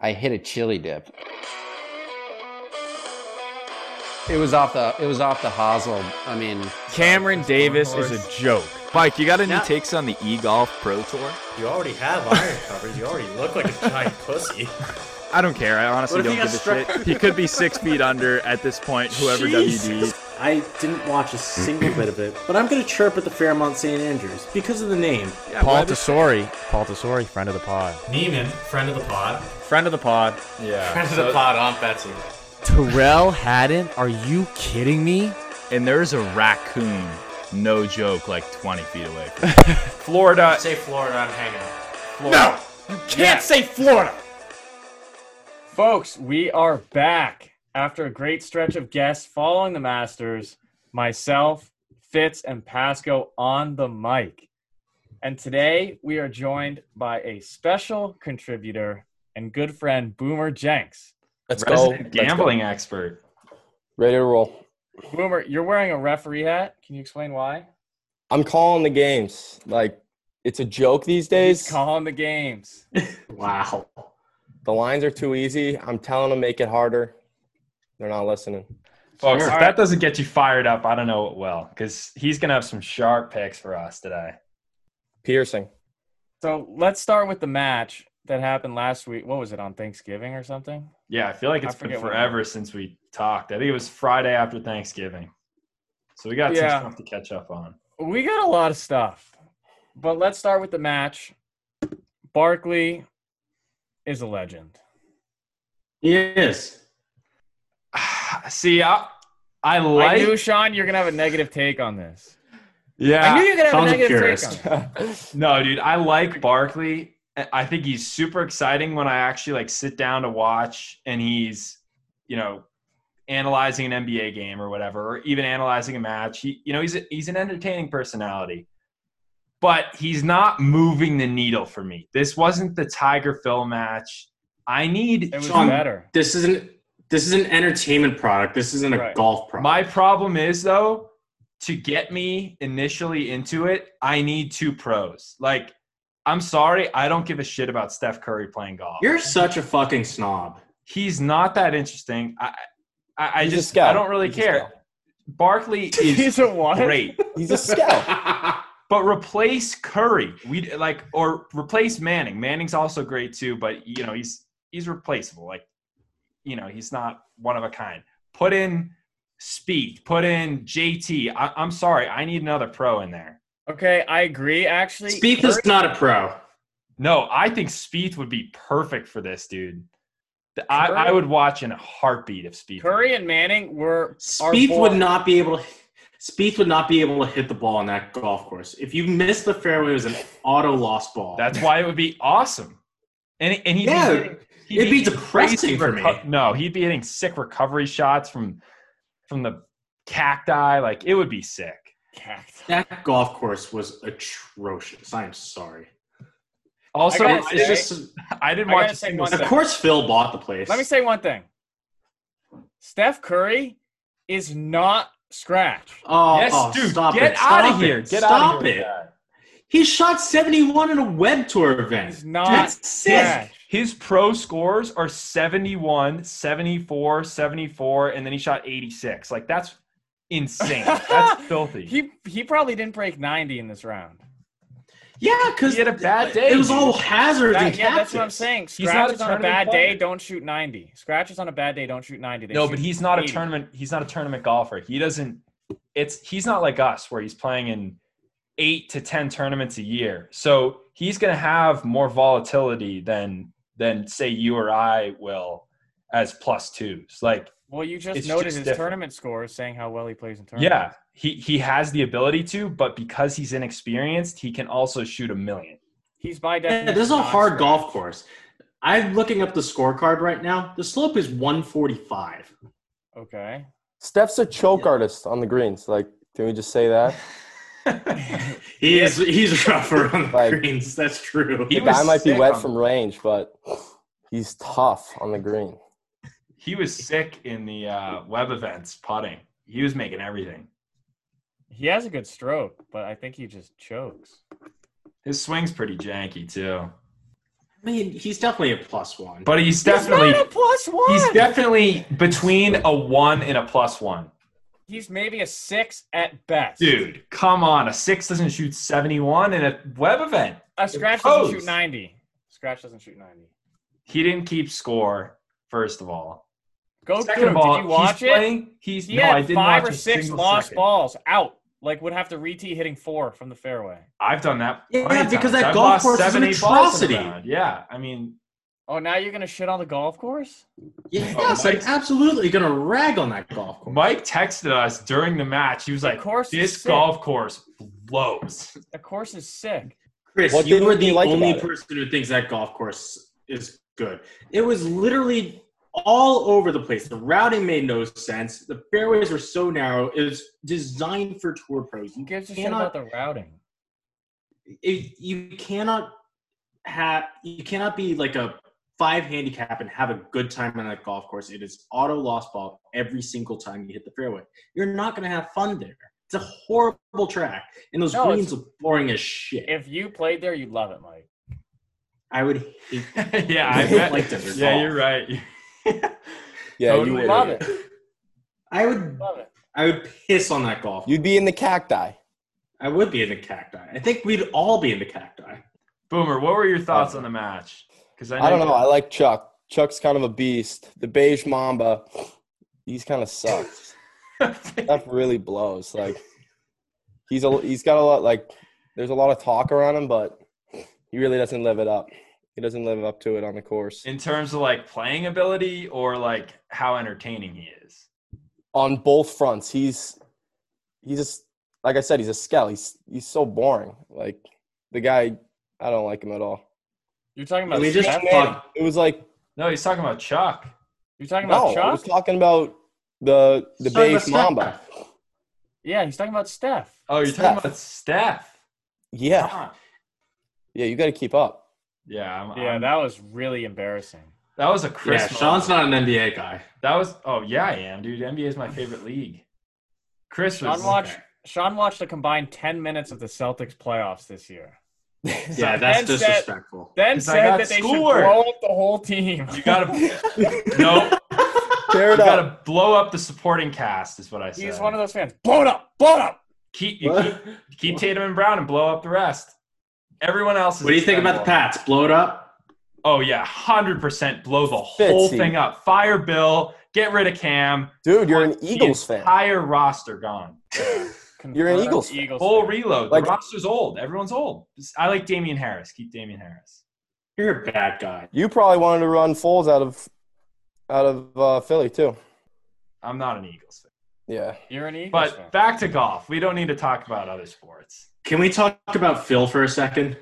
I hit a chili dip. It was off the it was off the hosel. I mean, Cameron Davis is a joke. Mike, you got any Now- takes on the e-golf pro tour? You already have iron covers. You already look like a giant pussy. I don't care. I honestly What if don't he give a got shit. He could be six feet under at this point, whoever WD. I didn't watch a single bit of it, but I'm gonna chirp at the Fairmont St. Andrews because of the name. Paul Tesori. Paul Tesori, friend of the pod. Neiman, friend of the pod. Friend of the pod. Friend of the pod, Aunt Betsy. Terrell Haddon, are you kidding me? And there's a raccoon, no joke, like 20 feet away. From you. Florida. Say Florida, I'm hanging out. No! You can't say Florida! Folks, we are back after a great stretch of guests following the Masters. Myself, Fitz, and Pasco on the mic. And today we are joined by a special contributor and good friend, Boomer Jenks. Let's Resident go. gambling expert. ready to roll. Boomer, you're wearing a referee hat. Can you explain why? I'm calling the games. Like it's a joke these days. Calling the games. Wow. the lines are too easy. I'm telling them make it harder. They're not listening. Folks, Sure. if that doesn't get you fired up, I don't know what will, because he's going to have some sharp picks for us today. Piercing. So let's start with the match that happened last week. What was it on Thanksgiving or something? Yeah, I feel like I it's been forget what- forever since we talked. I think it was Friday after Thanksgiving. So we got Yeah. some stuff to catch up on. We got a lot of stuff, but let's start with the match. Barkley is a legend. He is. See, I, I like. I knew Sean, you're gonna have a negative take on this. I yeah. knew you're gonna have a Sounds negative take on. purist. It. no, dude, I like Barkley. I- I think he's super exciting when I actually like sit down to watch and he's, you know, analyzing an NBA game or whatever, or even analyzing a match. He, you know, he's a, he's an entertaining personality. But he's not moving the needle for me. This wasn't the Tiger Phil match. I need It was Sean, better. This isn't. This is an entertainment product. This isn't a Right. golf product. My problem is though, to get me initially into it, I need two pros. Like, I'm sorry, I don't give a shit about Steph Curry playing golf. You're such a fucking snob. He's not that interesting. I, I, I He's a just scout. I don't really He's a care. scout. Barkley is He's a what? great, He's a scout. but replace Curry. We like or replace Manning. Manning's also great too, but you know he's he's replaceable. Like, you know he's not one of a kind. Put in Speed. Put in JT. I, I'm sorry, I need another pro in there. Okay, I agree. Actually, Speak is not a pro. No, I think Speed would be perfect for this dude. I, I Curry- would watch in a heartbeat if Speed. Curry and Manning were our Spieth boy- would not be able to. Spieth would not be able to hit the ball on that golf course. If you miss the fairway, it was an auto lost ball. That's why it would be awesome. And and he'd Yeah, be hitting, he'd it'd be hitting depressing crazy for me. reco- No, he'd be hitting sick recovery shots from from the cacti. Like it would be sick. Cacti. that golf course was atrocious. I am sorry. Also, I gotta it's say- it's just Just I didn't I watch gotta a say single one set. of course Phil bought the place. Let me say one thing. Steph Curry is not scratch. Oh, Yes, oh, dude, stop get it. out Stop of here. It. Get stop out of here. with it. that. He shot 71 in a web tour event. He's not That's sick. scratch. His pro scores are 71, 74, 74, and then he shot 86. Like that's insane. that's filthy. He he probably didn't break 90 in this round. Yeah, because He had a bad day, It was all dude. hazards That- and yeah, that's what I'm tactics. saying. He's not a Scratches on a tournament bad player. day, don't shoot 90. Scratches on a bad day, don't shoot 90. They no, shoot but he's not a 80. tournament. He's not a tournament golfer. He doesn't. It's he's not like us where he's playing in eight to ten tournaments a year. So he's going to have more volatility than than say you or I will as plus twos. Like Well, you just It's noted just his different. tournament scores saying how well he plays in tournaments. yeah, he he has the ability to, but because he's inexperienced, he can also shoot a million. He's by definition. Yeah, this is a not hard scratch. golf course. I'm looking up the scorecard right now. The slope is 145. Okay. Steph's a choke artist on the greens. Like, can we just say that? He is he's rougher on the Like- greens. That's true. He the guy was might be sick wet on- from range, but he's tough on the green. He was sick in the uh, web events putting. He was making everything. He has a good stroke, but I think he just chokes. His swing's pretty janky too. I mean, he's definitely a plus one. But he's definitely He's not a plus one. he's definitely between a one and a plus one. He's maybe a six at best. Dude, come on. A six doesn't shoot 71 in a web event. a scratch doesn't shoot Pros. ninety. Scratch doesn't shoot ninety. He didn't keep score, first of all. Go Second of through. all, Did you watch he's it? playing. He's He no, I had didn't five watch or a six single lost second. balls out. Like would have to retee hitting four from the fairway. I've done that. Yeah, plenty of because times. that I've golf lost course is an eight balls in a atrocity. round. Yeah, I mean, Oh, now you're gonna shit on the golf course? yes, I'm Mike's- absolutely going to rag on that golf course. Mike texted us during the match. He was The like, course is "This sick." golf course blows." The course is sick. Chris, What you didn't are you the like only about it? person who thinks that golf course is good. It was literally all over the place. The routing made no sense. The fairways were so narrow. It was designed for tour pros. Who You gives a shit cannot, about the routing? it, you cannot have you cannot be like a five handicap and have a good time on that golf course. It is auto lost ball every single time you hit the fairway. You're not going to have fun there. It's a horrible track, and those No, it's- greens look boring as shit. If you played there, you'd love it, Mike. I would hate yeah, I I bet. liked it. yeah, you're right. Yeah, Totally you would. Love it. I would Love it. I would piss on that golf. You'd be in the cacti. I would be in the cacti. I think we'd all be in the cacti. Boomer, what were your thoughts on the match? Because I, I don't you- know. I like Chuck. Chuck's kind of a beast. The beige mamba. He's kind of sucks. that really blows. Like he's a he's got a lot. Like there's a lot of talk around him, but he really doesn't live it up. He doesn't live up to it on the course. in terms of like playing ability or like how entertaining he is. on both fronts. He's he's just like I said, he's a scout. He's he's so boring. Like the guy, I don't like him at all. You're talking about Can we just Steph? talk It was like No, he's talking about Chuck. You're talking no, about I was Chuck? talking about the the Sorry, beige let's not- mamba. Yeah, he's talking about Steph. Oh, you're talking Steph. about Steph. Yeah, Huh. yeah, you got to keep up. Yeah, I'm, Yeah, I'm- that was really embarrassing. that was a Yeah, Chris. Sean's not an NBA guy. That was. Oh yeah, I am, dude. NBA is my favorite league. Chris was. Sean watched Sean watched a combined ten minutes of the Celtics playoffs this year. Yeah, that's And said- disrespectful. Then 'Cause I said got that they scored. should blow up the whole team. You gotta. no, Tear you it up. gotta blow up the supporting cast. Is what I said. He's one of those fans. Blow it up, blow it up. keep you keep, keep Tatum and Brown and blow up the rest. Everyone else. Is What do you think about the expendable. Pats? Blow it up? Oh yeah, hundred percent. Blow the whole Fitzy. thing up. Fire Bill. Get rid of Cam. Dude, you're an The Eagles fan. Entire roster gone. You're an Confirmed Eagles fan. uh, Eagles Whole fan. reload. Like- the roster's old. Everyone's old. I like Damian Harris. Keep Damian Harris. You're a bad guy. You probably wanted to run Foles out of out of uh, Philly too. I'm not an Eagles fan. Yeah, You're an Eagles fan. But back to golf. We don't need to talk about other sports. Can we talk about Phil for a second?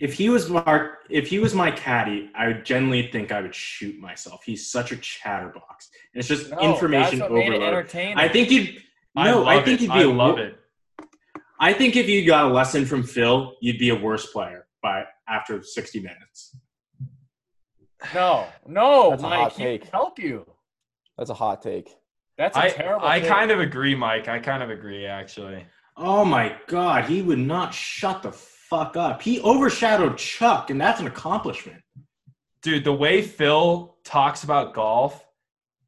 If he was Mark, if he was my caddy, I would generally think I would shoot myself. He's such a chatterbox, and it's just No, information that's what made it overload. entertaining. I think you'd no. I, love think it. you'd be I a love it. I think if you got a lesson from Phil, you'd be a worse player by after 60 minutes. no, no, That's a Mike, hot he take. can help you. that's a hot take. That's a I terrible. I take. kind of agree, Mike. I kind of agree, actually. Oh my God, he would not shut the fuck up. He overshadowed Chuck, and that's an accomplishment. Dude, the way Phil talks about golf,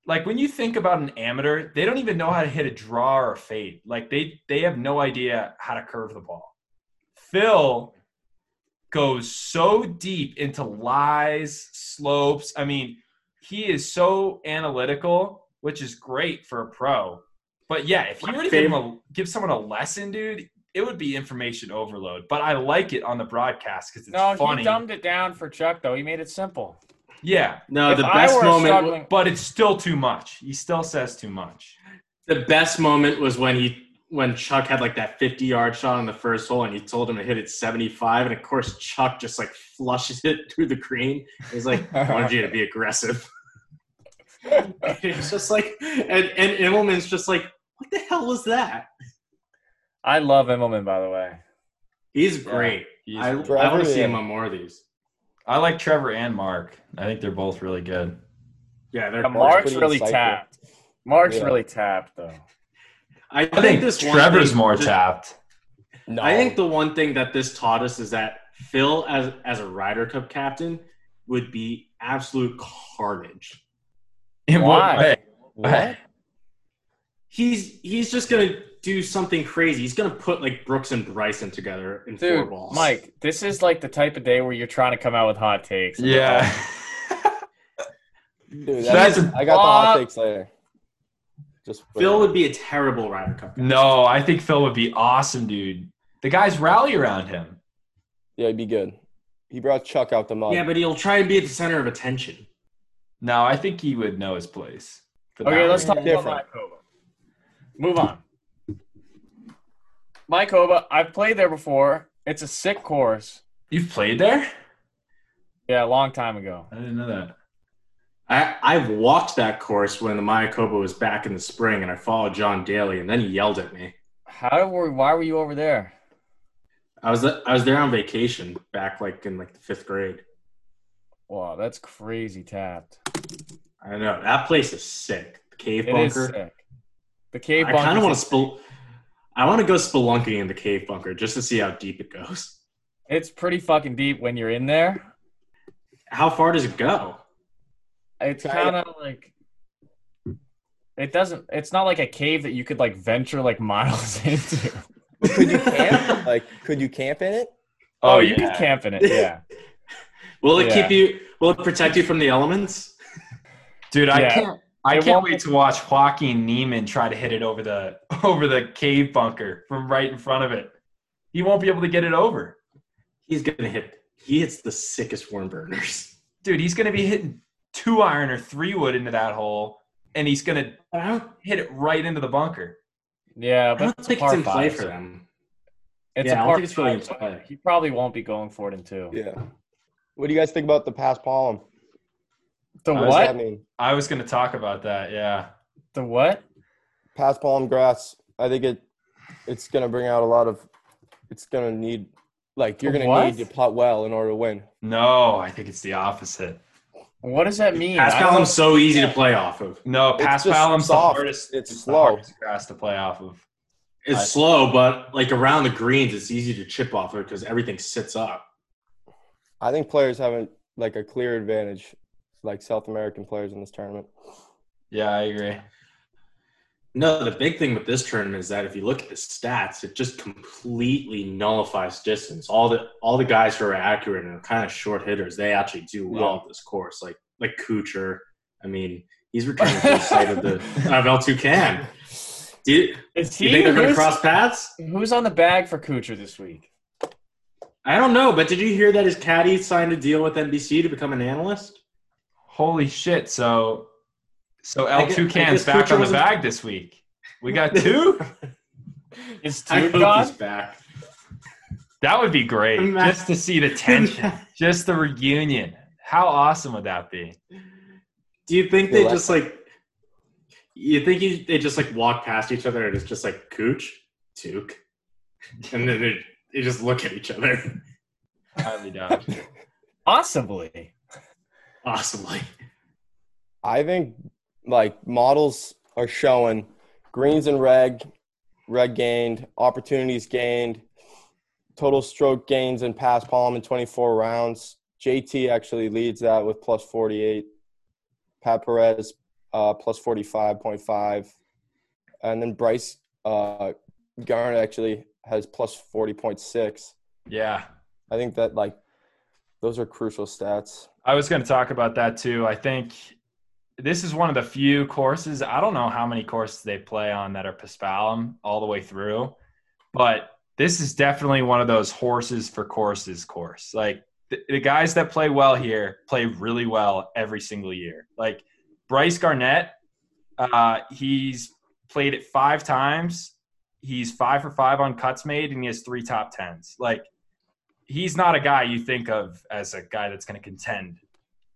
like when you think about an amateur, they don't even know how to hit a draw or a fade. Like they they have no idea how to curve the ball. Phil goes so deep into lies, slopes. I mean, he is so analytical, which is great for a pro. But yeah, if you My were to give, him a, give someone a lesson, dude, it would be information overload. But I like it on the broadcast because it's no. funny. He dumbed it down for Chuck though. He made it simple. yeah, No, If the I best were moment struggling- but it's still too much. He still says too much. the best moment was when he when Chuck had like that 50 yard shot on the first hole and he told him to hit it 75 and of course Chuck just like flushes it through the green. He's like, I wanted you to be aggressive. it's just like and, and Immelman's just like, what the hell was that? I love Immelman, by the way. He's great. He's- I, I Trevor, want to see yeah. him on more of these. I like Trevor and Mark. I think they're both really good. Yeah, they're Yeah, Mark's pretty really insightful. tapped. Mark's Yeah. really tapped though. I think, I think this one Trevor's thing- more this- tapped. No, I think the one thing that this taught us is that Phil as as a Ryder Cup captain would be absolute carnage. In Why? what way? What? He's he's just gonna do something crazy. He's gonna put like Brooks and Bryson together in four Dude, balls. Mike, this is like the type of day where you're trying to come out with hot takes. Yeah. Dude, That's that's, I got the hot Bob. takes later. Just Phil would be a terrible Ryder Cup. captain. no, I think Phil would be awesome, dude. The guys rally around him. Yeah, he'd be good. He brought Chuck out the mud. Yeah, but he'll try and be at the center of attention. No, I think he would know his place. for that Okay, let's one. talk about Different. Mike Hoba. Move on. Mike Hoba, I've played there before. It's a sick course. You've played there? Yeah, a long time ago. I didn't know that. I, I walked that course when the Mayakoba was back in the spring, and I followed John Daly, and then he yelled at me. How were? Why were you over there? I was I was there on vacation back like in like the fifth grade. Wow, that's crazy tapped. I know that place is sick. The cave It is bunker. sick. The cave I bunker. kind of want to spel- I want to go spelunking in the cave bunker just to see how deep it goes. It's pretty fucking deep when you're in there. How far does it go? It's kind Kinda. of like. It doesn't. It's not like a cave that you could like venture like miles into. Could you camp? like, could you camp in it? Oh, you can camp in it. Yeah. Will it Yeah. keep you? Will it protect you from the elements? Dude, I Yeah. can't I It can't won't- wait to watch Joaquin Neiman try to hit it over the over the cave bunker from right in front of it. He won't be able to get it over. He's gonna hit. He hits the sickest worm burners. Dude, he's gonna be hitting two iron or three wood into that hole, and he's gonna But I don't, hit it right into the bunker. Yeah, I but don't it's a think par it's in play five, for so- them. It's Yeah, I a don't par think it's really in five, so play. He probably won't be going for it in two. Yeah. What do you guys think about the pass palm? The What does that what? mean? I was gonna talk about that, yeah. The what? Pass palm grass. I think it it's gonna bring out a lot of. It's gonna need like you're gonna What? need to putt well in order to win. No, I think it's the opposite. What does that mean? I don't know. Pascal's so easy to play off of. No, It's Pass just Palom's the soft. hardest. It's the slow. hardest grass to play off of. It's I- slow, but like around the greens, it's easy to chip off it because everything sits up. I think players haven't like a clear advantage, like South American players in this tournament. Yeah, I agree. No, the big thing with this tournament is that if you look at the stats, it just completely nullifies distance. All the all the guys who are accurate and are kind of short hitters, they actually do well at this course. Like like Kucher, I mean, he's returning to the site of the of L two can. Do you, Is do you he think they're going to who's, cross paths? who's on the bag for Kucher this week? I don't know, but did you hear that his caddy signed a deal with NBC to become an analyst? Holy shit! So, so I L guess- two I cans guess back Kuchar on the wasn't- bag this week. We got two. Is I Dude hope gone? he's back. that would be great, Ima- just to see the tension, just the reunion. How awesome would that be? Do you think They they like- just like? You think you, they just like walk past each other and it's just like cooch, took, and then they, they just look at each other, Highly doubt. it. Possibly. possibly. I think like models are showing greens and reg, reg gained, opportunities gained, total stroke gains and pass palm in 24 rounds. JT actually leads that with plus 48. Pat Perez uh, plus 45.5. And then Bryce uh, Garnett actually has plus 40.6. Yeah, I think that like those are crucial stats. I was going to talk about that too. I think this is one of the few courses. I don't know how many courses they play on that are Paspalum all the way through, but this is definitely one of those horses for courses course. Like the, the guys that play well here play really well every single year. Like Bryce Garnett, uh, he's played it five times. He's five for five on cuts made, and he has three top tens. Like he's not a guy you think of as a guy that's going to contend,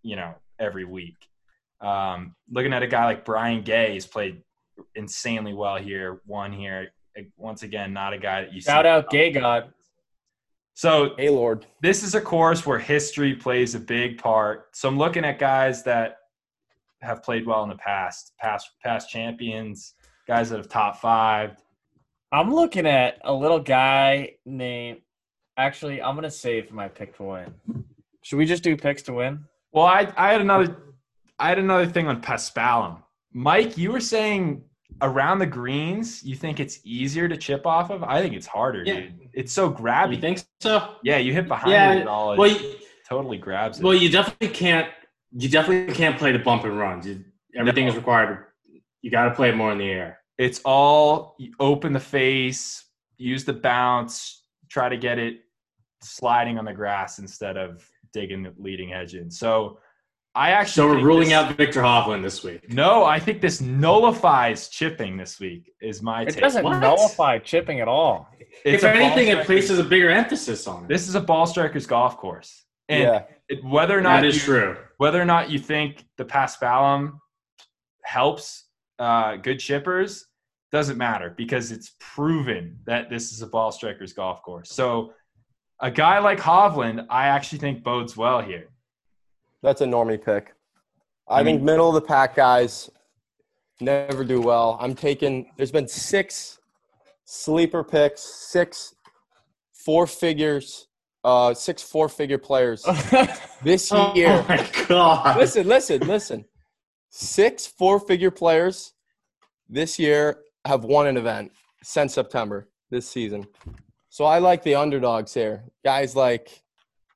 you know, every week. Um, looking at a guy like Brian Gay, he's played insanely well here. One here, once again, not a guy that you Shout see- out Gay God. So Hey, Lord. this is a course where history plays a big part. So I'm looking at guys that have played well in the past, past past champions, guys that have top five. I'm looking at a little guy named Actually, I'm gonna save my pick to win. Should we just do picks to win? Well, I I had another I had another thing on Paspalum. Mike, you were saying around the greens, you think it's easier to chip off of? I think it's harder, Yeah. dude. It's so grabby. You think so? yeah, you hit behind Yeah, it and all. It Well, you, totally grabs it. well, you definitely can't. You definitely can't play the bump and runs. You, everything is required. You got to play it more in the air. it's all you open the face, use the bounce, try to get it sliding on the grass instead of digging the leading edge in. So I actually So we're think ruling this- out Victor Hovland this week. No, I think this nullifies chipping this week. Is my It take. doesn't What? nullify chipping at all. It's if a ball anything, it striker's- places a bigger emphasis on it. This is a ball striker's golf course, and yeah, it- whether or not that is you- true. whether or not you think the Paspalum helps uh, good chippers doesn't matter because it's proven that this is a ball striker's golf course. So a guy like Hovland, I actually think bodes well here. that's a normie pick. I think middle of the pack guys never do well. I'm taking. There's been six sleeper picks, six four figures, uh, six four figure players this year. Oh my god! listen, listen, listen. Six four figure players this year have won an event since September this season. So I like the underdogs here. Guys like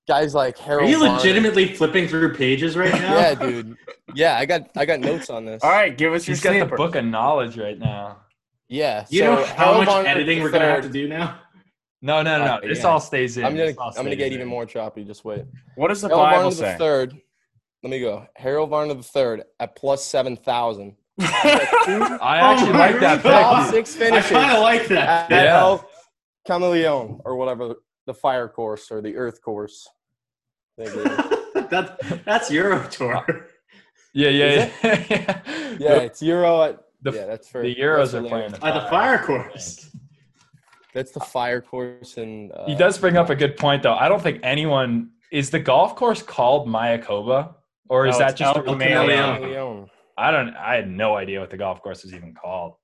guys like Are Harold. you Varner. legitimately flipping through pages right now? Yeah, dude. Yeah, I got I got notes on this. All right, give us your He's got the sleeper. book of knowledge right now. Yeah. You so know how Harold much Varner editing we're gonna have to III. do now. No, no, no. Uh, this yeah. all stays in. I'm gonna This all I'm gonna stays get in. even more choppy. Just wait. What does the Harold Bible Varner say? the third. Let me go. Harold Varner the third at plus seven thousand. I Oh actually my like that God. pick. Top six I finishes. kind of like that. at Yeah. El Camaleon or whatever the fire course or the earth course. I think it is. that that's Euro tour. Yeah, yeah, Is yeah. yeah. yeah, it's Euro at The- yeah. That's for The that's Euros for are Leon. playing the At the fire course. That's the fire course and uh, He does bring up a good point, though. I don't think anyone is the golf course called Mayakoba, or is No, that it's just? El a- Camaleon. Camaleon. I don't. I had no idea what the golf course was even called.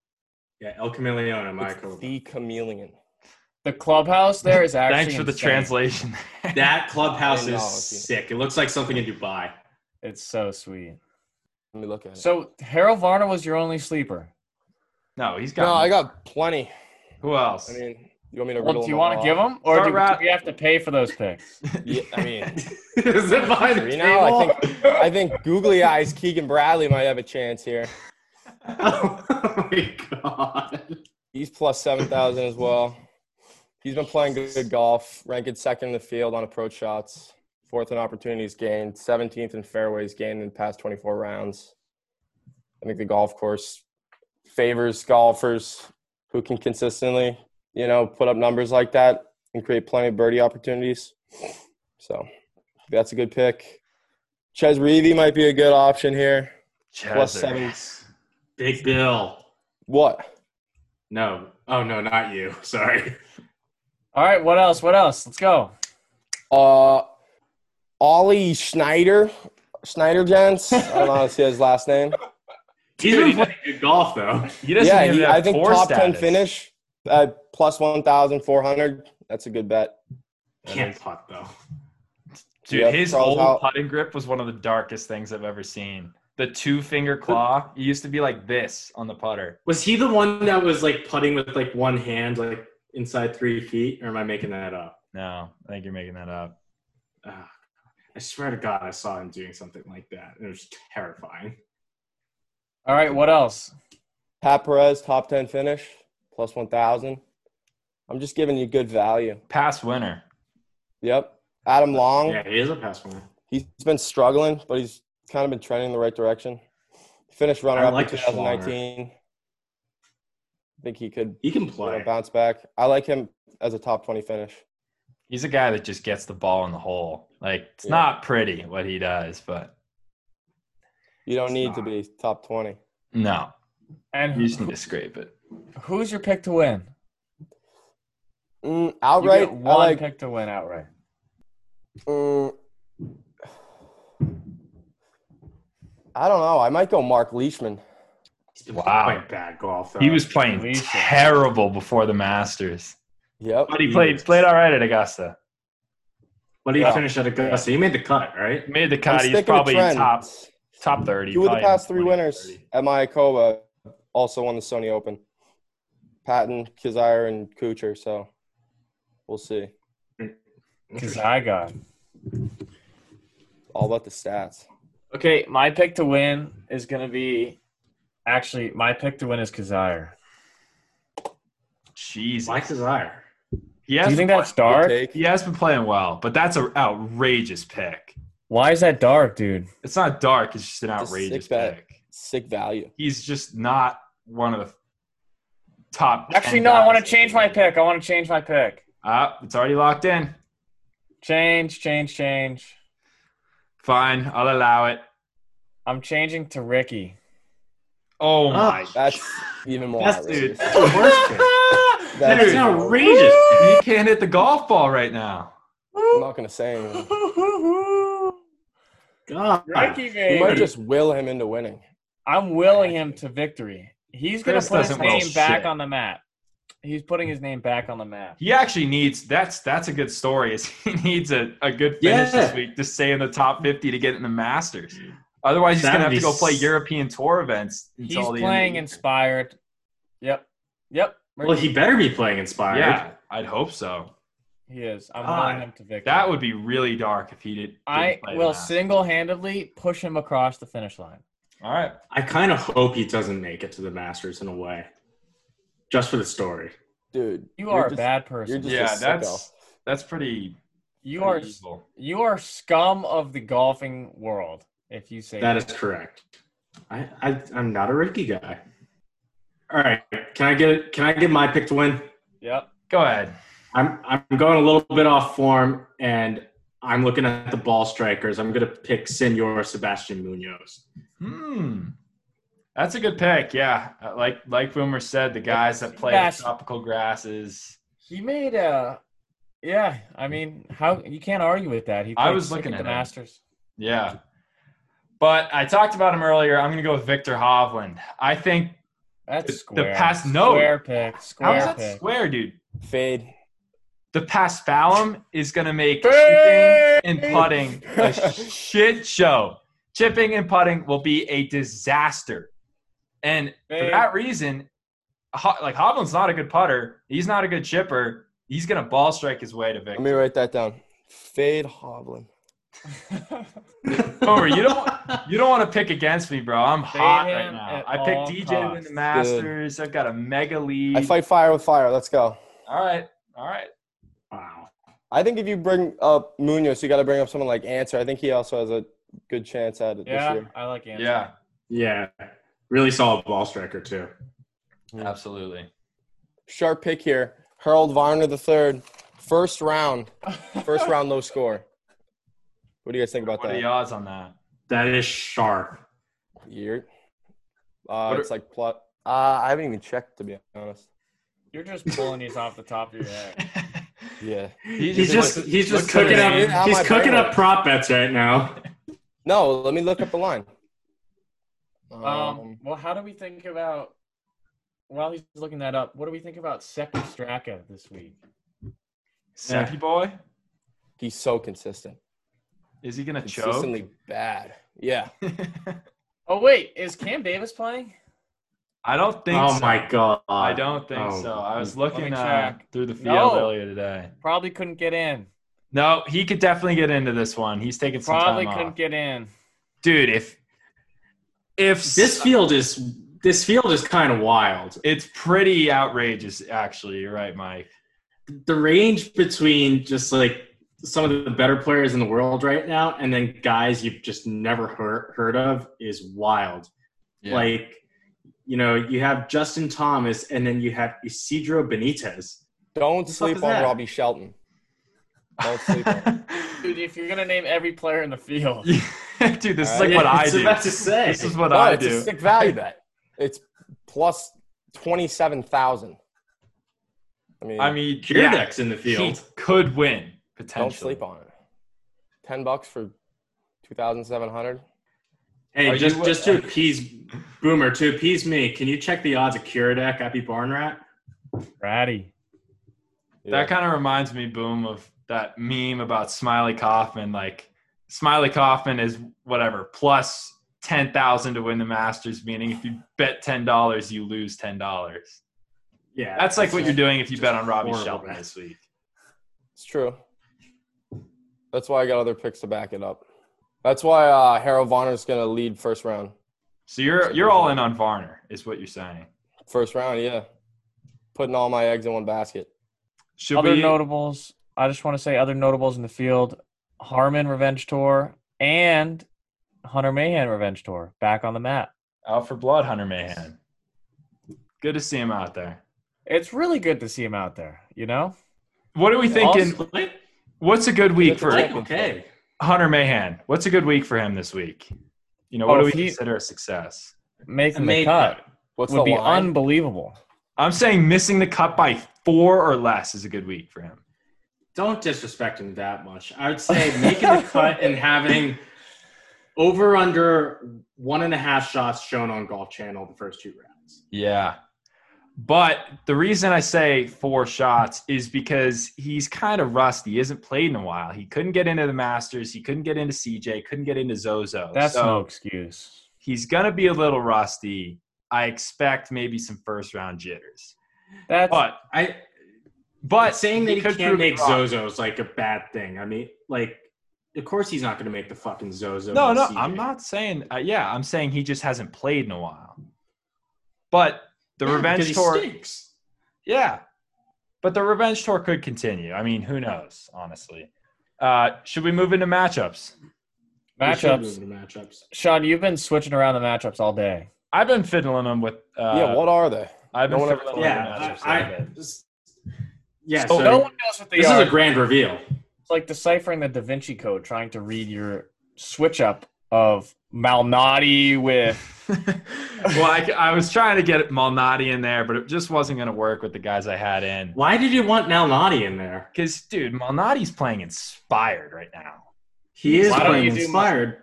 Yeah, El Camaleon and It's Michael. the chameleon. The clubhouse there is actually. Thanks for the insane. translation. That clubhouse I know, is dude. sick. It looks like something in Dubai. It's so sweet. Let me look at it. So Harold Varner was your only sleeper. no, he's got. no, I got plenty. Who else? I mean, you want me to? Well, riddle do you them want all to give them, or Start do, ra- do we have to pay for those picks? off? Yeah, I mean, is it behind the You know, I table? I think googly eyes Keegan Bradley might have a chance here. oh my god. He's plus seven thousand as well. He's been playing good, good golf, ranking second in the field on approach shots, fourth in opportunities gained, seventeenth in fairways gained in the past twenty-four rounds. I think the golf course favors golfers who can consistently, you know, put up numbers like that and create plenty of birdie opportunities. So that's a good pick. Ches Reavy might be a good option here. Plus Chesser. seven. Big Bill. What? No. Oh no, not you. Sorry. All right, what else? What else? Let's go. Uh, Ollie Schneider, Schneider Gents. I don't know how to say his last name. He's been playing good golf though. He doesn't yeah, even he, have I think four top ten status. finish at plus one thousand four hundred. That's a good bet. Can't putt though. Dude, Yeah, his Charles old out. putting grip was one of the darkest things I've ever seen. The two finger claw. It used to be like this on the putter. Was he the one that was like putting with like one hand, like inside three feet, or am I making that up? No, I think you're making that up. Ah, I swear to God, I saw him doing something like that. It was terrifying. All right, what else? Pat Perez top ten finish plus one thousand. I'm just giving you good value. Past winner. Yep. Adam Long. Yeah, he is a pass winner. He's been struggling, but he's kind of been trending in the right direction. Finished runner up like in the Schwager. 2019. I think he could He can you know, play. bounce back. I like him as a top twenty finish. He's a guy that just gets the ball in the hole. Like it's Yeah. not pretty what he does, but You don't It's need to not. be top 20. no, you And just need to scrape it. who's your pick to win? Mm, You get outright, I one like. pick to win outright. mm, I don't know. I might go Mark Leishman. He's been Wow. playing bad golf. Though. He was playing Alicia. terrible before the Masters, Yep. but he played played all right at Augusta. What do you finish at Augusta? You made the cut, right? Made the I'm cut. He's sticking to probably trend. top top thirty. Two of the probably in past three 20, winners 30. at Mayakoba also won the Sony Open. Patton, Kazire, and Kucher. So we'll see. Because I got. All about the stats. Okay, my pick to win is gonna be. Actually, my pick to win is Kazire. Jesus. Mike's desire. He Do has, you think been- that's dark? Take. he has been playing well, but that's an outrageous pick. Why is that dark, dude? It's not dark. It's just an a outrageous sick bet. pick. Sick value. He's just not one of the top. 10 Actually, no. I want to guys. change my pick. I want to change my pick. Ah, it's already locked in. Change, change, change. Fine, I'll allow it. I'm changing to Ricky. Oh Ah, my! That's even more That's, dude, outrageous. that's the worst pick. That's That's an outrageous pick. he can't hit the golf ball right now. I'm not gonna say anything. God. Ricky, We might man. just will him into winning. I'm willing him to victory. He's gonna Chris put his doesn't will name back shit. on the map. He's putting his name back on the map. He actually needs that's that's a good story. Is he needs a, a good finish this Yeah. week to stay in the top fifty to get in the Masters. Otherwise, he's That gonna would have to go be play s- European Tour events. Until the He's playing end of inspired. Yep. Yep. Well, he better be playing the inspired. year. Yeah, I'd hope so. He is. I'm God, willing him to victory. That would be really dark if he did. didn't I play will that. single-handedly push him across the finish line. All right, I kind of hope he doesn't make it to the Masters in a way, just for the story. Dude, You you're are a just- bad You're person. just Yeah, a that's- that's... that's pretty. you are pretty evil. you are scum of the golfing world. If you say That is correct. I, I I'm not a Ricky guy. All right, can I get can I get my pick to win? Yep. Go ahead. I'm I'm going a little bit off form, and I'm looking at the ball strikers. I'm going to pick Senor Sebastian Munoz. Hmm. That's a good pick. Yeah. Uh, Like like Boomer said, the guys that play Yes. tropical grasses. He made a. Yeah, I mean, how you can't argue with that. He I played was sick looking at at the him. Masters. Yeah. But I talked about him earlier. I'm going to go with Victor Hovland. I think That's The- the square. pass- no. Square pick. how is Square that pick. square, dude? golf. Fade. The pass Fallum is going to make chipping and putting a shit show. Chipping and putting will be a disaster. And for Fade. that reason, Ho- like Hovland's not a good putter. He's not a good chipper. He's going to ball strike his way to victory. Let me write that down. Fade Hovland. Homer, you don't you don't want to pick against me, bro. I'm hot right him now. at I all picked DJ to win costs. the Masters. I've got a mega lead. I fight fire with fire. Let's go. All right, all right. Wow. I think if you bring up Munoz, you got to bring up someone like Answer. I think he also has a good chance at it this yeah, year. I like Anthony. Yeah, Yeah, really solid ball striker too. absolutely. Sharp pick here. Harold Varner the third. First round. First round low score. What do you guys think about What are the that? odds on that? That is sharp. Year. Uh, What are- it's like plot. Uh, I haven't even checked to be honest. You're just pulling these off the top of your head. Yeah. He's just looks- he's just looks at cooking it, man. up Out he's my cooking brain. up prop bets right now. No, let me look up the line. Um, Um, well, how do we think about while he's looking that up? What do we think about Seppi Straka this week? Seppi boy. he's so consistent. Is he gonna choke? Consistently bad. Yeah. Oh wait, is Cam Davis playing? I don't think. Oh so. my god! I don't think Oh. so. I was Let looking me uh, check. through the field No. earlier today. Probably couldn't get in. No, he could definitely get into this one. He's taking some Probably time couldn't off. get in. Dude, if if This field is this field is kind of wild. It's pretty outrageous, actually. You're right, Mike. The range between just like some of the better players in the world right now, and then guys you've just never heard heard of is wild. Like, you know, you have Justin Thomas, and then you have Isidro Benitez. Don't the fuck sleep is on that? Robbie Shelton. Don't sleep on. him. Dude, if youde gonna name every player in the field, Dude, this is All like right. what I was do. about to say. This is what No, I it's a do. sick value bet. It's plus twenty-seven thousand. I mean, I mean, yeah, Kierdeck's in the he field. could win potentially. don't sleep on it. Ten bucks for two thousand seven hundred. Hey, Are just you- just to appease Boomer, to appease me, can you check the odds of Kierdeck, Happy Barn Rat? ratty. That kind of reminds me, boom, of that meme about Smiley Kaufman. Like Smiley Kaufman is whatever plus ten thousand to win the Masters. Meaning, if you bet ten dollars, you lose ten dollars. Yeah, That's like what you're doing if you just bet on Robbie horrible, Shelton man. this week. It's true. That's why I got other picks to back it up. That's why uh, Harold Varner's going to lead first round. So you're you're all in on Varner, is what you're saying. First round, yeah. Putting all my eggs in one basket. Should other we? notables. I just want to say other notables in the field: Harmon Revenge Tour and Hunter Mahan Revenge Tour back on the map. out for blood, Hunter Mahan. Good to see him out there. It's really good to see him out there. You know, What are we thinking? Blake, What's a good week for Blake, okay. Hunter Mahan? What's a good week for him this week? You know, Oh, what do we if he- consider a success? making the Amazing. cut What's would the be line? unbelievable. I'm saying missing the cut by four or less is a good week for him. Don't disrespect him that much. I would say making the cut and having over under one and a half shots shown on Golf Channel the first two rounds. Yeah. But the reason I say four shots is because he's kind of rusty. He hasn't played in a while. He couldn't get into the Masters. He couldn't get into CJ. Couldn't get into Zozo. That's So- no excuse. he's gonna be a little rusty. I expect maybe some first round jitters, That's but I but saying that he could can't prove me make wrong. Zozo is like a bad thing. I mean, like, of course he's not going to make the fucking Zozo. No, and no, CJ. I'm not saying. Uh, yeah, I'm saying he just hasn't played in a while. But the Yeah, because revenge he tour, stinks. yeah, but the revenge tour could continue. I mean, who knows? Honestly, uh, should we move into matchups? We should matchups. move into matchups. Sean, you've been switching around the matchups all day. I've been fiddling them with. Uh, yeah, what are they? I've been no one ever fiddling with told me Yeah, matchups I, a I bit. just, yeah. So, So- no one knows what they this are. is a grand reveal. It's like deciphering the Da Vinci Code, trying to read your switch up of Malnati with well, I, I was trying to get Malnati in there, but it just wasn't going to work with the guys I had in. Why did you want Malnati in there? Because, dude, Malnati's playing inspired right now. He is Why don't playing you do inspired.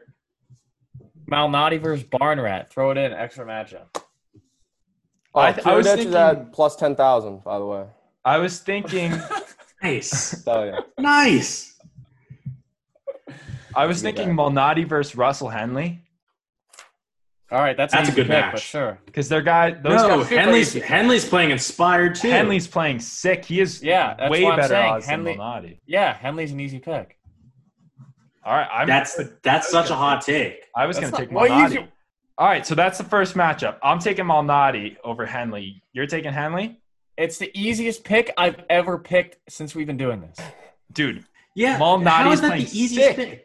Malnati versus Barnrat. Throw it in, extra matchup. Oh, I- I I, was is at plus 10,000, by the way. I was thinking, Nice, Tell you. nice. I was Give me thinking Malnati versus Russell Henley All right, that's, an That's a easy good pick, match. But sure, because their guy, those no, guys, Henley's Henley's playing inspired too. Henley's playing sick. He is Yeah, that's way what I'm better saying. odds Henley- than Malnati. yeah, Henley's an easy pick. All right, I'm. that's that's such a hot take. I was going That's to not- take why you Malnati. do- All right, so that's the first matchup. I'm taking Malnati over Henley. You're taking Henley, It's the easiest pick I've ever picked since we've been doing this. dude. Yeah, Malnati's how is that playing the easiest sick. thing?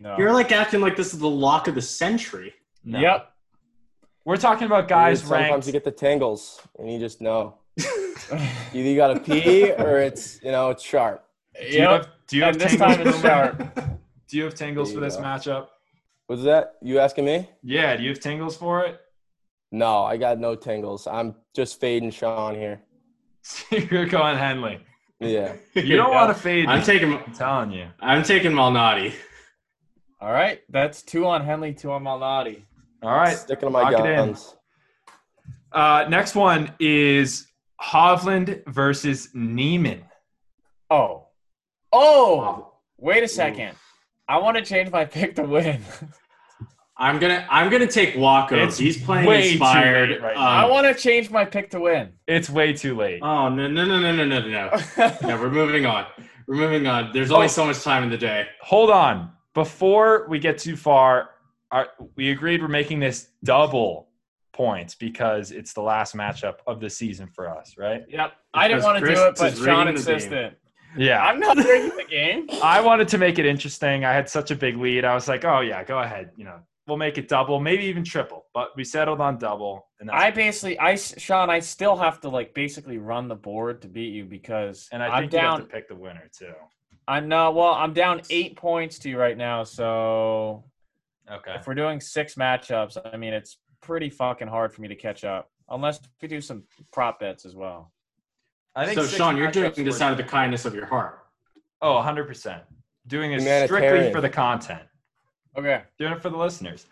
No. You're like acting like this is the lock of the century. no. Yep. We're talking about guys sometimes ranked. you get the tangles and you just know. Either you got to pee or it's, you know, it's sharp. do you Yep. have, do you have And this time tangles? it's sharp. do you have tangles for There you this go. matchup? Was that you asking me? Yeah, do you have tangles for it? No, I got no tangles. I'm just fading Sean here. You're going Henley. Yeah. You don't want to fade. I'm I'm, taking telling you. I'm taking Malnati. All right, that's two on Henley, two on Malnati. All right. Sticking to my Lock it in. guns. Uh, next one is Hovland versus Neiman. Oh, oh! Wait a second. I want to change my pick to win. I'm gonna I'm gonna take Waco. It's He's playing way too inspired. late right Um, I want to change my pick to win. It's way too late. Oh no no no no no no no. no, we're moving on. We're moving on. There's Oh. only so much time in the day. Hold on. Before we get too far, our, we agreed we're making this double points because it's the last matchup of the season for us, right? Yep. I didn't Because want to Chris do it, but is Sean rigging the game. insisted. Yeah. I'm not rigging the game. I wanted to make it interesting. I had such a big lead. I was like, oh, yeah, go ahead. You know, we'll make it double, maybe even triple. But we settled on double. And that's I basically, I Sean, I still have to like basically run the board to beat you because And I I'm think you down. have to pick the winner too. I'm not well. I'm down eight points to you right now. So Okay. if we're doing six matchups, I mean it's pretty fucking hard for me to catch up unless we do some prop bets as well. I think So six Sean, you're matchups doing this worth- out of the kindness of your heart. Oh, 100%. Doing this strictly Humanitarian. for the content. Okay. Doing it for the listeners.